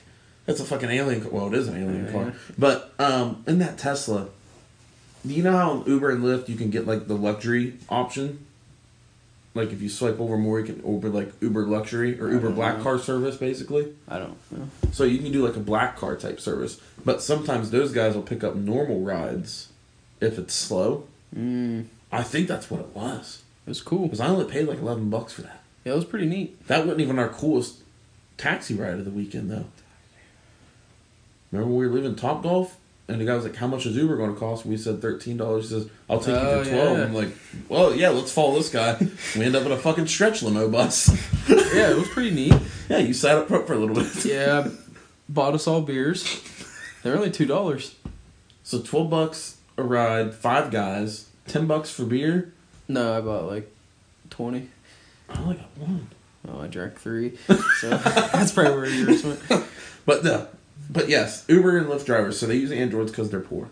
S3: That's a fucking alien. Car. Well, it is an alien
S4: Yeah.
S3: car. But um, in that Tesla, do you know how on Uber and Lyft you can get like the luxury option? Like if you swipe over more, you can Uber like Uber luxury or Uber
S4: don't
S3: black
S4: know.
S3: car service, basically.
S4: I don't. know.
S3: So you can do like a black car type service. But sometimes those guys will pick up normal rides if it's slow.
S4: Mm, it
S3: I think that's what it was.
S4: was cool.
S3: Because I only paid like eleven bucks for that.
S4: Yeah, it was pretty neat.
S3: That wasn't even our coolest taxi ride of the weekend, though. Remember when we were leaving Top Golf? And the guy was like, How much is Uber going to cost? We said $13. He says, I'll take
S4: Oh,
S3: you for 12
S4: yeah.
S3: I'm like, Well, yeah, let's follow this guy. we end up in a fucking stretch limo bus.
S4: Yeah, it was pretty neat.
S3: yeah, you sat up front for a little bit.
S4: Yeah, bought us all beers. They're only two dollars.
S3: So 12 bucks a ride, five guys, 10 bucks for beer.
S4: No, I bought like twenty.
S3: I only got one.
S4: Oh, I drank three. So that's probably where yours went.
S3: But no. But yes, Uber and Lyft drivers, so they use Androids because they're poor.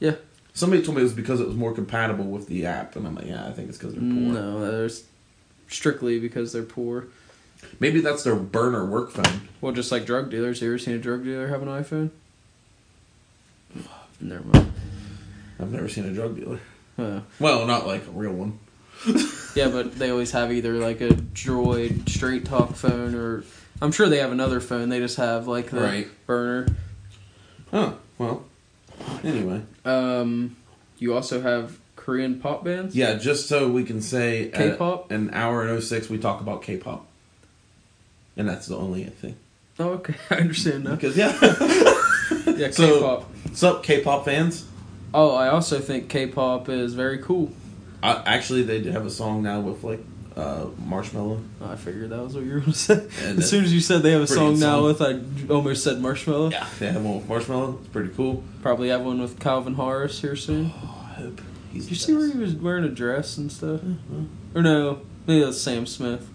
S4: Yeah.
S3: Somebody told me it was because it was more compatible with the app, and I'm like, yeah, I think it's because they're poor.
S4: No, there's strictly because they're poor.
S3: Maybe that's their burner work phone.
S4: Well, just like drug dealers. You ever seen a drug dealer have an iPhone? Never mind.
S3: I've never seen a drug dealer.
S4: Uh,
S3: Well, not like a real one.
S4: yeah, but they always have either like a droid straight talk phone or. I'm sure they have another phone. They just have like the
S3: Right.
S4: burner.
S3: Oh, well. Anyway.
S4: Um, you also have Korean pop bands.
S3: Yeah, just so we can say at
S4: K-pop?
S3: an hour and 06, we talk about K pop. And that's the only thing.
S4: Oh, okay. I understand now.
S3: Because, yeah.
S4: Yeah,
S3: So-
S4: K-pop.
S3: What's up, K pop fans?
S4: Oh, I also think K-pop is very cool.
S3: I, actually, they do have a song now with, like, uh, Marshmallow.
S4: I figured that was what you were gonna say.
S3: And
S4: as soon as you said they have a
S3: pretty
S4: song
S3: good
S4: now
S3: song.
S4: with, I almost said Marshmallow.
S3: They have one with Marshmallow. It's pretty cool.
S4: Probably have one with Calvin Harris here soon.
S3: Oh, I hope he's.
S4: Did you see where he was wearing a dress and stuff?
S3: Mm-hmm.
S4: Or no, maybe that's Sam Smith.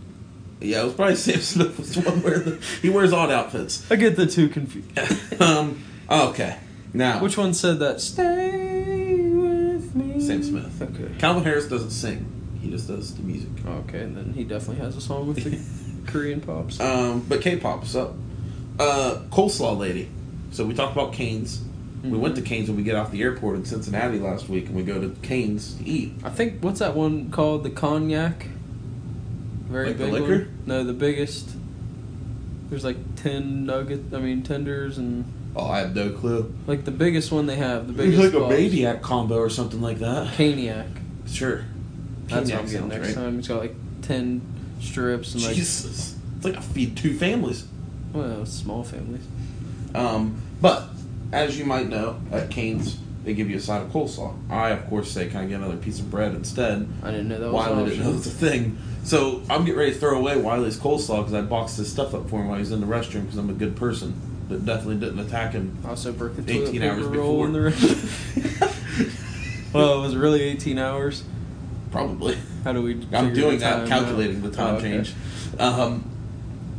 S3: Yeah, it was probably Sam Smith was the one wearing the. He wears odd outfits.
S4: I get the two confused.
S3: um, okay. Now,
S4: Which one said that? Stay with me.
S3: Sam Smith.
S4: Okay.
S3: Calvin Harris doesn't sing. He just does the music.
S4: Okay, and then he definitely has a song with the Korean pops.
S3: Um, but K-pop, so uh, coleslaw lady. So we talked about Canes. We went to Canes when we get off the airport in Cincinnati last week, and we go to Canes to eat.
S4: I think what's that one called? The cognac. Very
S3: Like the
S4: big
S3: liquor?
S4: one. No, the biggest. There's like ten nuggets. I mean tenders and
S3: Oh, I have no clue.
S4: like the biggest one they have. The
S3: Maybe like
S4: biggest.
S3: a
S4: box.
S3: maniac combo or something like that.
S4: Cognac.
S3: Sure.
S4: That's
S3: Cognac
S4: what I'm getting
S3: sounds
S4: next
S3: right.
S4: time. It's got like ten strips and like
S3: Jesus. It's like I feed two families.
S4: Well, small families.
S3: Um, but as you might know, at Cane's they give you a side of coleslaw. I of course say, can I get another piece of bread instead?
S4: I didn't know that was
S3: Wiley
S4: an
S3: didn't know
S4: option.
S3: it's a thing. So I'm getting ready to throw away Wiley's coleslaw because I boxed his stuff up for him while he was in the restroom because I'm a good person that definitely didn't attack him
S4: Also broke the toilet
S3: 18 hours
S4: paper
S3: before.
S4: roll in the rest. well, it was really 18 hours.
S3: Probably.
S4: How do we?
S3: I'm
S4: figure
S3: doing
S4: the
S3: that,
S4: time
S3: calculating
S4: out?
S3: the time
S4: Oh, okay.
S3: change. Um,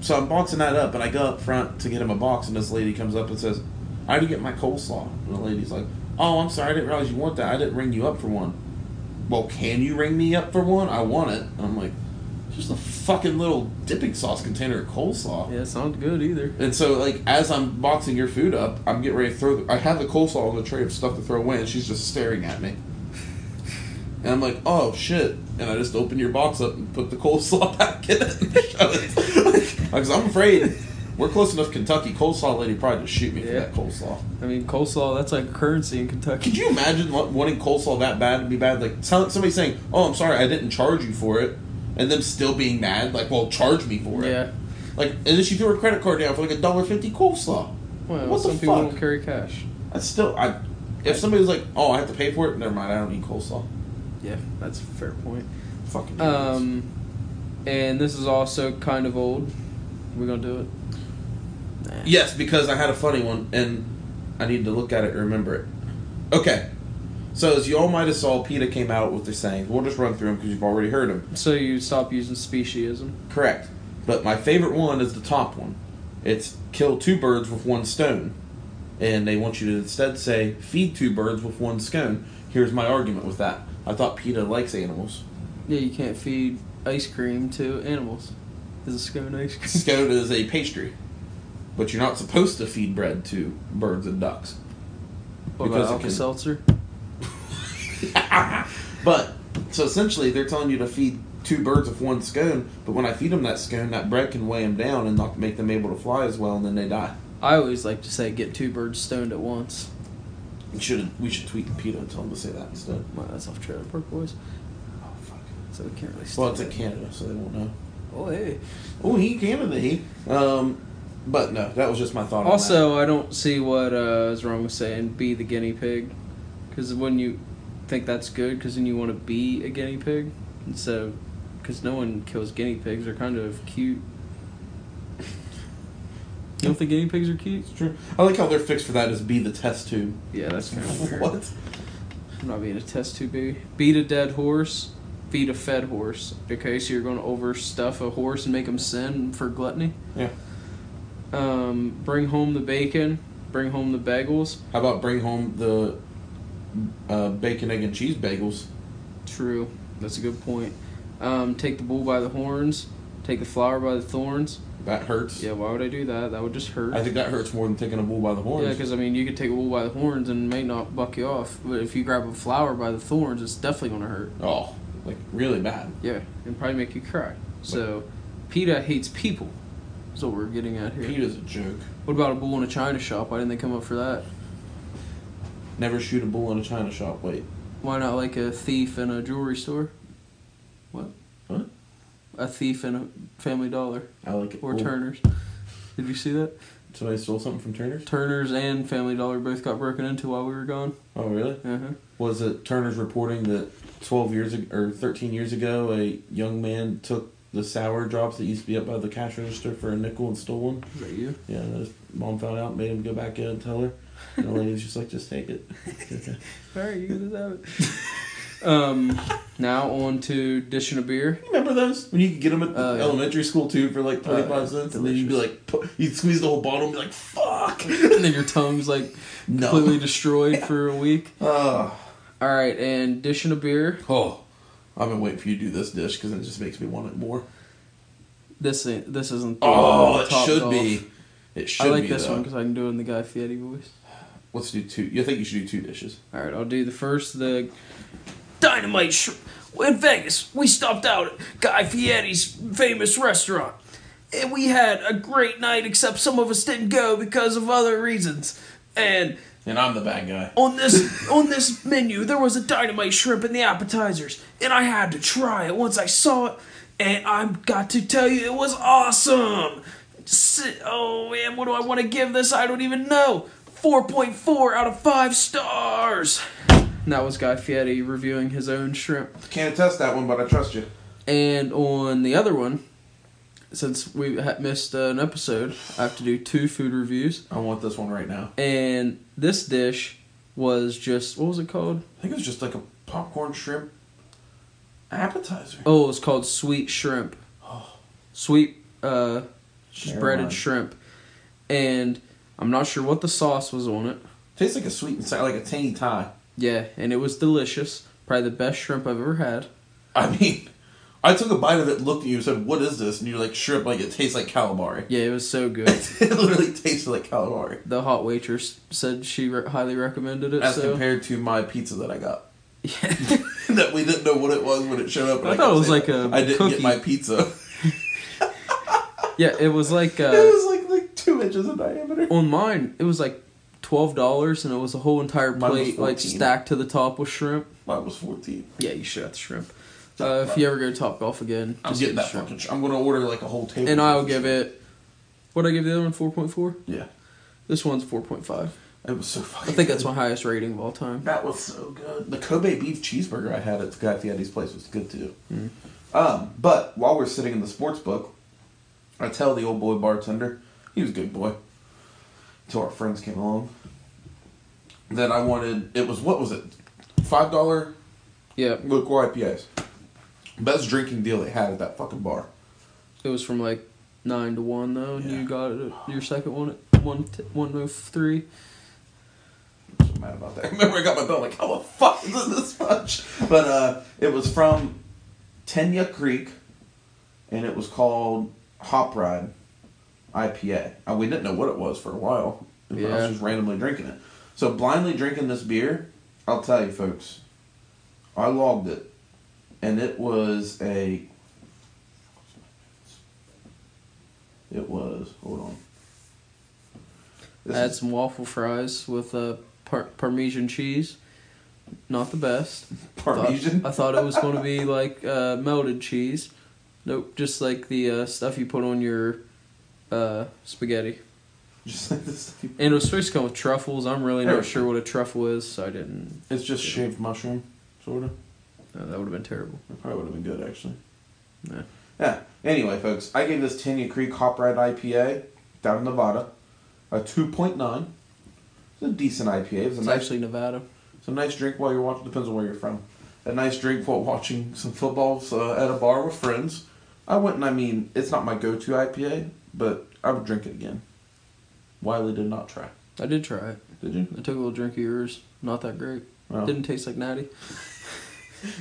S3: so I'm boxing that up, and I go up front to get him a box, and this lady comes up and says, "I didn't get my coleslaw." And the lady's like, "Oh, I'm sorry, I didn't realize you want that. I didn't ring you up for one." Well, can you ring me up for one? I want it. And I'm like, just a fucking little dipping sauce container of coleslaw.
S4: Yeah, it's not good either.
S3: And so, like, as I'm boxing your food up, I'm getting ready to throw. The, I have the coleslaw on the tray of stuff to throw away, and she's just staring at me. And I'm like, "Oh shit!" And I just open your box up and put the coleslaw back in it. Because I'm afraid we're close enough. Kentucky coleslaw lady probably just shoot me for
S4: Yeah.
S3: that coleslaw.
S4: I mean, coleslaw. That's like currency in Kentucky.
S3: Could you imagine wa- wanting coleslaw that bad to be bad? Like tell- somebody saying, "Oh, I'm sorry, I didn't charge you for it," and them still being mad. Like, "Well, charge me for it."
S4: Yeah.
S3: Like, and then she threw her credit card down for like a dollar fifty coleslaw.
S4: Well,
S3: What the
S4: some people
S3: fuck?
S4: don't carry cash.
S3: That's still I. If somebody's like, "Oh, I have to pay for it," never mind. I don't eat coleslaw.
S4: Yeah, that's a fair point.
S3: Fucking. idiots.
S4: Um, and this is also kind of old. We're gonna do it. Nah.
S3: Yes, because I had a funny one, and I need to look at it and remember it. Okay. So as you all might have saw, PETA came out with their sayings. We'll just run through them because you've already heard them.
S4: So you stop using speciesism.
S3: Correct. But my favorite one is the top one. It's kill two birds with one stone. And they want you to instead say feed two birds with one scone. Here's my argument with that. I thought PETA likes animals.
S4: Yeah, you can't feed ice cream to animals. Is a scone ice cream?
S3: Scone is a pastry, but you're not supposed to feed bread to birds and ducks.
S4: What
S3: because
S4: about
S3: it
S4: Alka
S3: can-
S4: Seltzer?
S3: But so essentially, they're telling you to feed two birds with one scone. But when I feed them that scone, that bread can weigh them down and not make them able to fly as well, and then they die.
S4: I always like to say get two birds stoned at once.
S3: We should we should tweet Peter and tell him to say that instead.
S4: Well, that's off Trailer Park Boys,
S3: Oh fuck.
S4: so we can't really.
S3: Well,
S4: steal
S3: it's in
S4: that.
S3: Canada, so they won't know.
S4: Oh hey.
S3: Oh, he Canada, he. Um, but no, that was just my thought. on that.
S4: Also, I don't see what uh, is wrong with saying be the guinea pig, because when you think that's good, because then you want to be a guinea pig, and so because no one kills guinea pigs, they're kind of cute. You don't think guinea pigs are cute?
S3: It's true. I like how their fix for that is be the test tube.
S4: Yeah, that's kind of weird.
S3: what?
S4: I'm not being a test tube baby. Beat a dead horse. Feed a fed horse. Okay, so you're going to overstuff a horse and make him sin for gluttony.
S3: Yeah.
S4: Um, bring home the bacon. Bring home the bagels.
S3: How about bring home the uh, bacon, egg, and cheese bagels?
S4: True. That's a good point. Um, take the bull by the horns. Take the flower by the thorns.
S3: That hurts.
S4: Yeah, why would I do that? That would just hurt.
S3: I think that hurts more than taking a bull by the horns.
S4: yeah, because I mean, you could take a bull by the horns and it may not buck you off, but if you grab a flower by the thorns, it's definitely gonna hurt.
S3: oh, like really bad.
S4: Yeah, and probably make you cry. So, PETA hates people. Is what we're getting at here.
S3: PETA's a joke.
S4: What about a bull in a china shop? Why didn't they come up for that?
S3: Never shoot a bull in a china shop. Wait,
S4: Why not like a thief in a jewelry store? What?
S3: What?
S4: A thief in a Family Dollar
S3: I like it.
S4: or
S3: Oh,
S4: Turner's. Did you see that?
S3: Somebody stole something from Turner's.
S4: Turner's and Family Dollar both got broken into while we were gone.
S3: Oh, really?
S4: Uh-huh.
S3: Was it Turner's reporting that twelve years ago, or thirteen years ago, a young man took the sour drops that used to be up by the cash register for a nickel and stole one?
S4: Is that you?
S3: Yeah, and his mom found out, made him go back in and tell her. And the lady's just like, just take it.
S4: All right, you guys have it. um, now on to dishing a beer.
S3: Remember those when you could get them at the
S4: Oh, yeah. Oh,
S3: elementary school too for like twenty five
S4: yeah.
S3: cents, and then you'd be like, pu- you'd squeeze the whole bottle and be like, "Fuck!"
S4: and then your tongue's like
S3: No.
S4: completely destroyed for a week.
S3: Oh,
S4: All right, and dishing a beer.
S3: oh, I've been waiting for you to do this dish because it just makes me want it more.
S4: This ain't, this isn't. the
S3: Oh, it
S4: top
S3: should
S4: golf.
S3: be. It should
S4: I like
S3: be,
S4: this
S3: though.
S4: one because I can do it in the Guy Fieri voice.
S3: Let's do two. You think you should do two dishes?
S4: All right, I'll do the first. The dynamite. Sh- in Vegas, we stopped out at Guy Fieri's famous restaurant, and we had a great night. Except some of us didn't go because of other reasons. And
S3: And I'm the bad guy.
S4: on this on this menu, there was a dynamite shrimp in the appetizers, and I had to try it. Once I saw it, and I've got to tell you, it was awesome. Si- Oh man, what do I want to give this? I don't even know. 4.4 out of 5 stars. And that was Guy Fieri reviewing his own shrimp.
S3: Can't test that one, but I trust you.
S4: And on the other one, since we ha- missed uh, an episode, I have to do two food reviews.
S3: I want this one right now.
S4: And this dish was just what was it called?
S3: I think it was just like a popcorn shrimp appetizer.
S4: Oh, it's called sweet shrimp. Sweet uh,
S3: Never
S4: breaded
S3: mind.
S4: shrimp. And I'm not sure what the sauce was on it.
S3: Tastes like a sweet and sour, like a tangy Thai.
S4: Yeah, and it was delicious. Probably the best shrimp I've ever had.
S3: I mean, I took a bite of it, looked at you, and said, "What is this?" And you're like, "Shrimp, like it tastes like calamari."
S4: Yeah, it was so good.
S3: it literally tasted like calamari,
S4: the hot waitress said she re- highly recommended it.
S3: as
S4: so
S3: compared to my pizza that I got.
S4: yeah.
S3: that we didn't know what it was when it showed up. and
S4: I
S3: kept
S4: thought it was
S3: saying,
S4: like a
S3: I didn't
S4: cookie.
S3: get my pizza.
S4: yeah, it was like uh,
S3: it was like like two inches in diameter.
S4: on mine it was like twelve dollars and it was a whole entire
S3: Mine was
S4: plate like
S3: 14.
S4: stacked to the top with shrimp.
S3: Mine was fourteen.
S4: Yeah, you should have the shrimp. Uh, if you ever go to Top Golf again,
S3: I'm
S4: just
S3: getting
S4: get
S3: that
S4: the shrimp.
S3: fucking. Sh- I'm gonna order like a whole table.
S4: And I'll
S3: of
S4: give
S3: shrimp.
S4: it. What would I give the other one? Four point four.
S3: Yeah,
S4: This one's four point five.
S3: it was so fucking.
S4: I think
S3: good.
S4: that's my highest rating of all time.
S3: That was so good. The Kobe beef cheeseburger I had at Guy Fieri's place was good too. Um, but while we're sitting in the sports book, I tell the old boy bartender, he was a good boy, until our friends came along, that I wanted, it was, what was it? $5
S4: Yeah,
S3: local IPAs. Best drinking deal they had at that fucking bar.
S4: it was from like nine to one though, and
S3: Yeah.
S4: you got it at your second one at one t- one oh three.
S3: I'm so mad about that. I remember I got my bill like, how the fuck is it this much? But uh, it was from Tenya Creek, and it was called Hop Ride IPA. And Uh, we didn't know what it was for a while. I
S4: Yeah.
S3: was just randomly drinking it. So blindly drinking this beer, I'll tell you, folks, I logged it, and it was a. It was. Hold on.
S4: I
S3: This
S4: had
S3: is-
S4: some waffle fries with uh, par- Parmesan cheese. Not the best. Thought-
S3: Parmesan.
S4: I thought it was going to be like uh, melted cheese. Nope, just like the uh, stuff you put on your uh, spaghetti.
S3: Just like this.
S4: And it was supposed to come with truffles. I'm really
S3: There we
S4: not
S3: go.
S4: sure what a truffle is, so I didn't.
S3: It's just shaved mushroom, sort of.
S4: Uh, that would have been terrible.
S3: That probably would have been good, actually.
S4: Yeah.
S3: Yeah. Anyway, folks, I gave this Tanya Creek Hop Ride IPA down in Nevada a 2.9. It's a decent IPA. It's a
S4: It's
S3: nice,
S4: actually Nevada.
S3: it's a nice drink while you're watching. Depends on where you're from. A nice drink while watching some football uh, at a bar with friends. I wouldn't. I mean, it's not my go-to IPA, but I would drink it again. Wiley did not try.
S4: I did try it.
S3: Did you?
S4: I took a little drink of yours. Not that great.
S3: Well.
S4: Didn't taste like natty.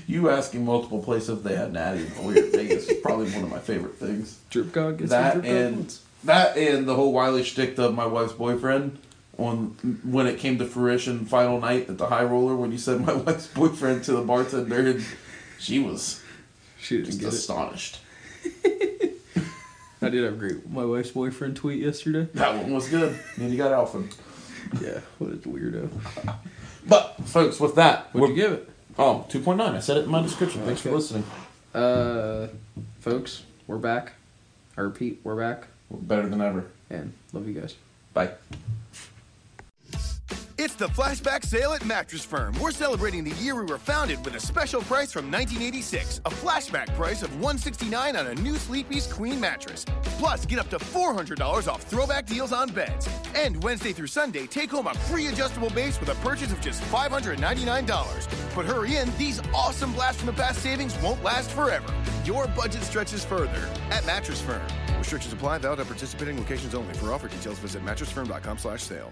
S3: You asking multiple places if they had natty while we were in Vegas is probably one of my favorite things.
S4: Drip God gets some
S3: that
S4: drip God
S3: and
S4: ones.
S3: that and the whole Wiley shtick of my wife's boyfriend on when it came to fruition final night at the High Roller when you said my wife's boyfriend to the bartender and she was
S4: She didn't
S3: just
S4: get it.
S3: astonished.
S4: I did have a great my wife's boyfriend tweet yesterday.
S3: That one was good. And you got Alpha.
S4: yeah, what a weirdo.
S3: But folks, with that, we're-
S4: What'd you give it?
S3: oh, 2.9. I said it in my description. Thanks for
S4: Okay.
S3: listening.
S4: Uh, folks, we're back. I repeat, we're back.
S3: We're better than ever.
S4: And love you guys.
S3: Bye.
S6: It's the flashback sale at Mattress Firm. We're celebrating the year we were founded with a special price from 1986, a flashback price of 169 on a new Sleepy's Queen mattress. Plus, get up to $400 off throwback deals on beds. And Wednesday through Sunday, take home a free adjustable base with a purchase of just $599. But hurry in, these awesome blast from the past savings won't last forever. Your budget stretches further at Mattress Firm. Restrictions apply, valid at participating locations only. For offer details, visit mattressfirm.com slash sale.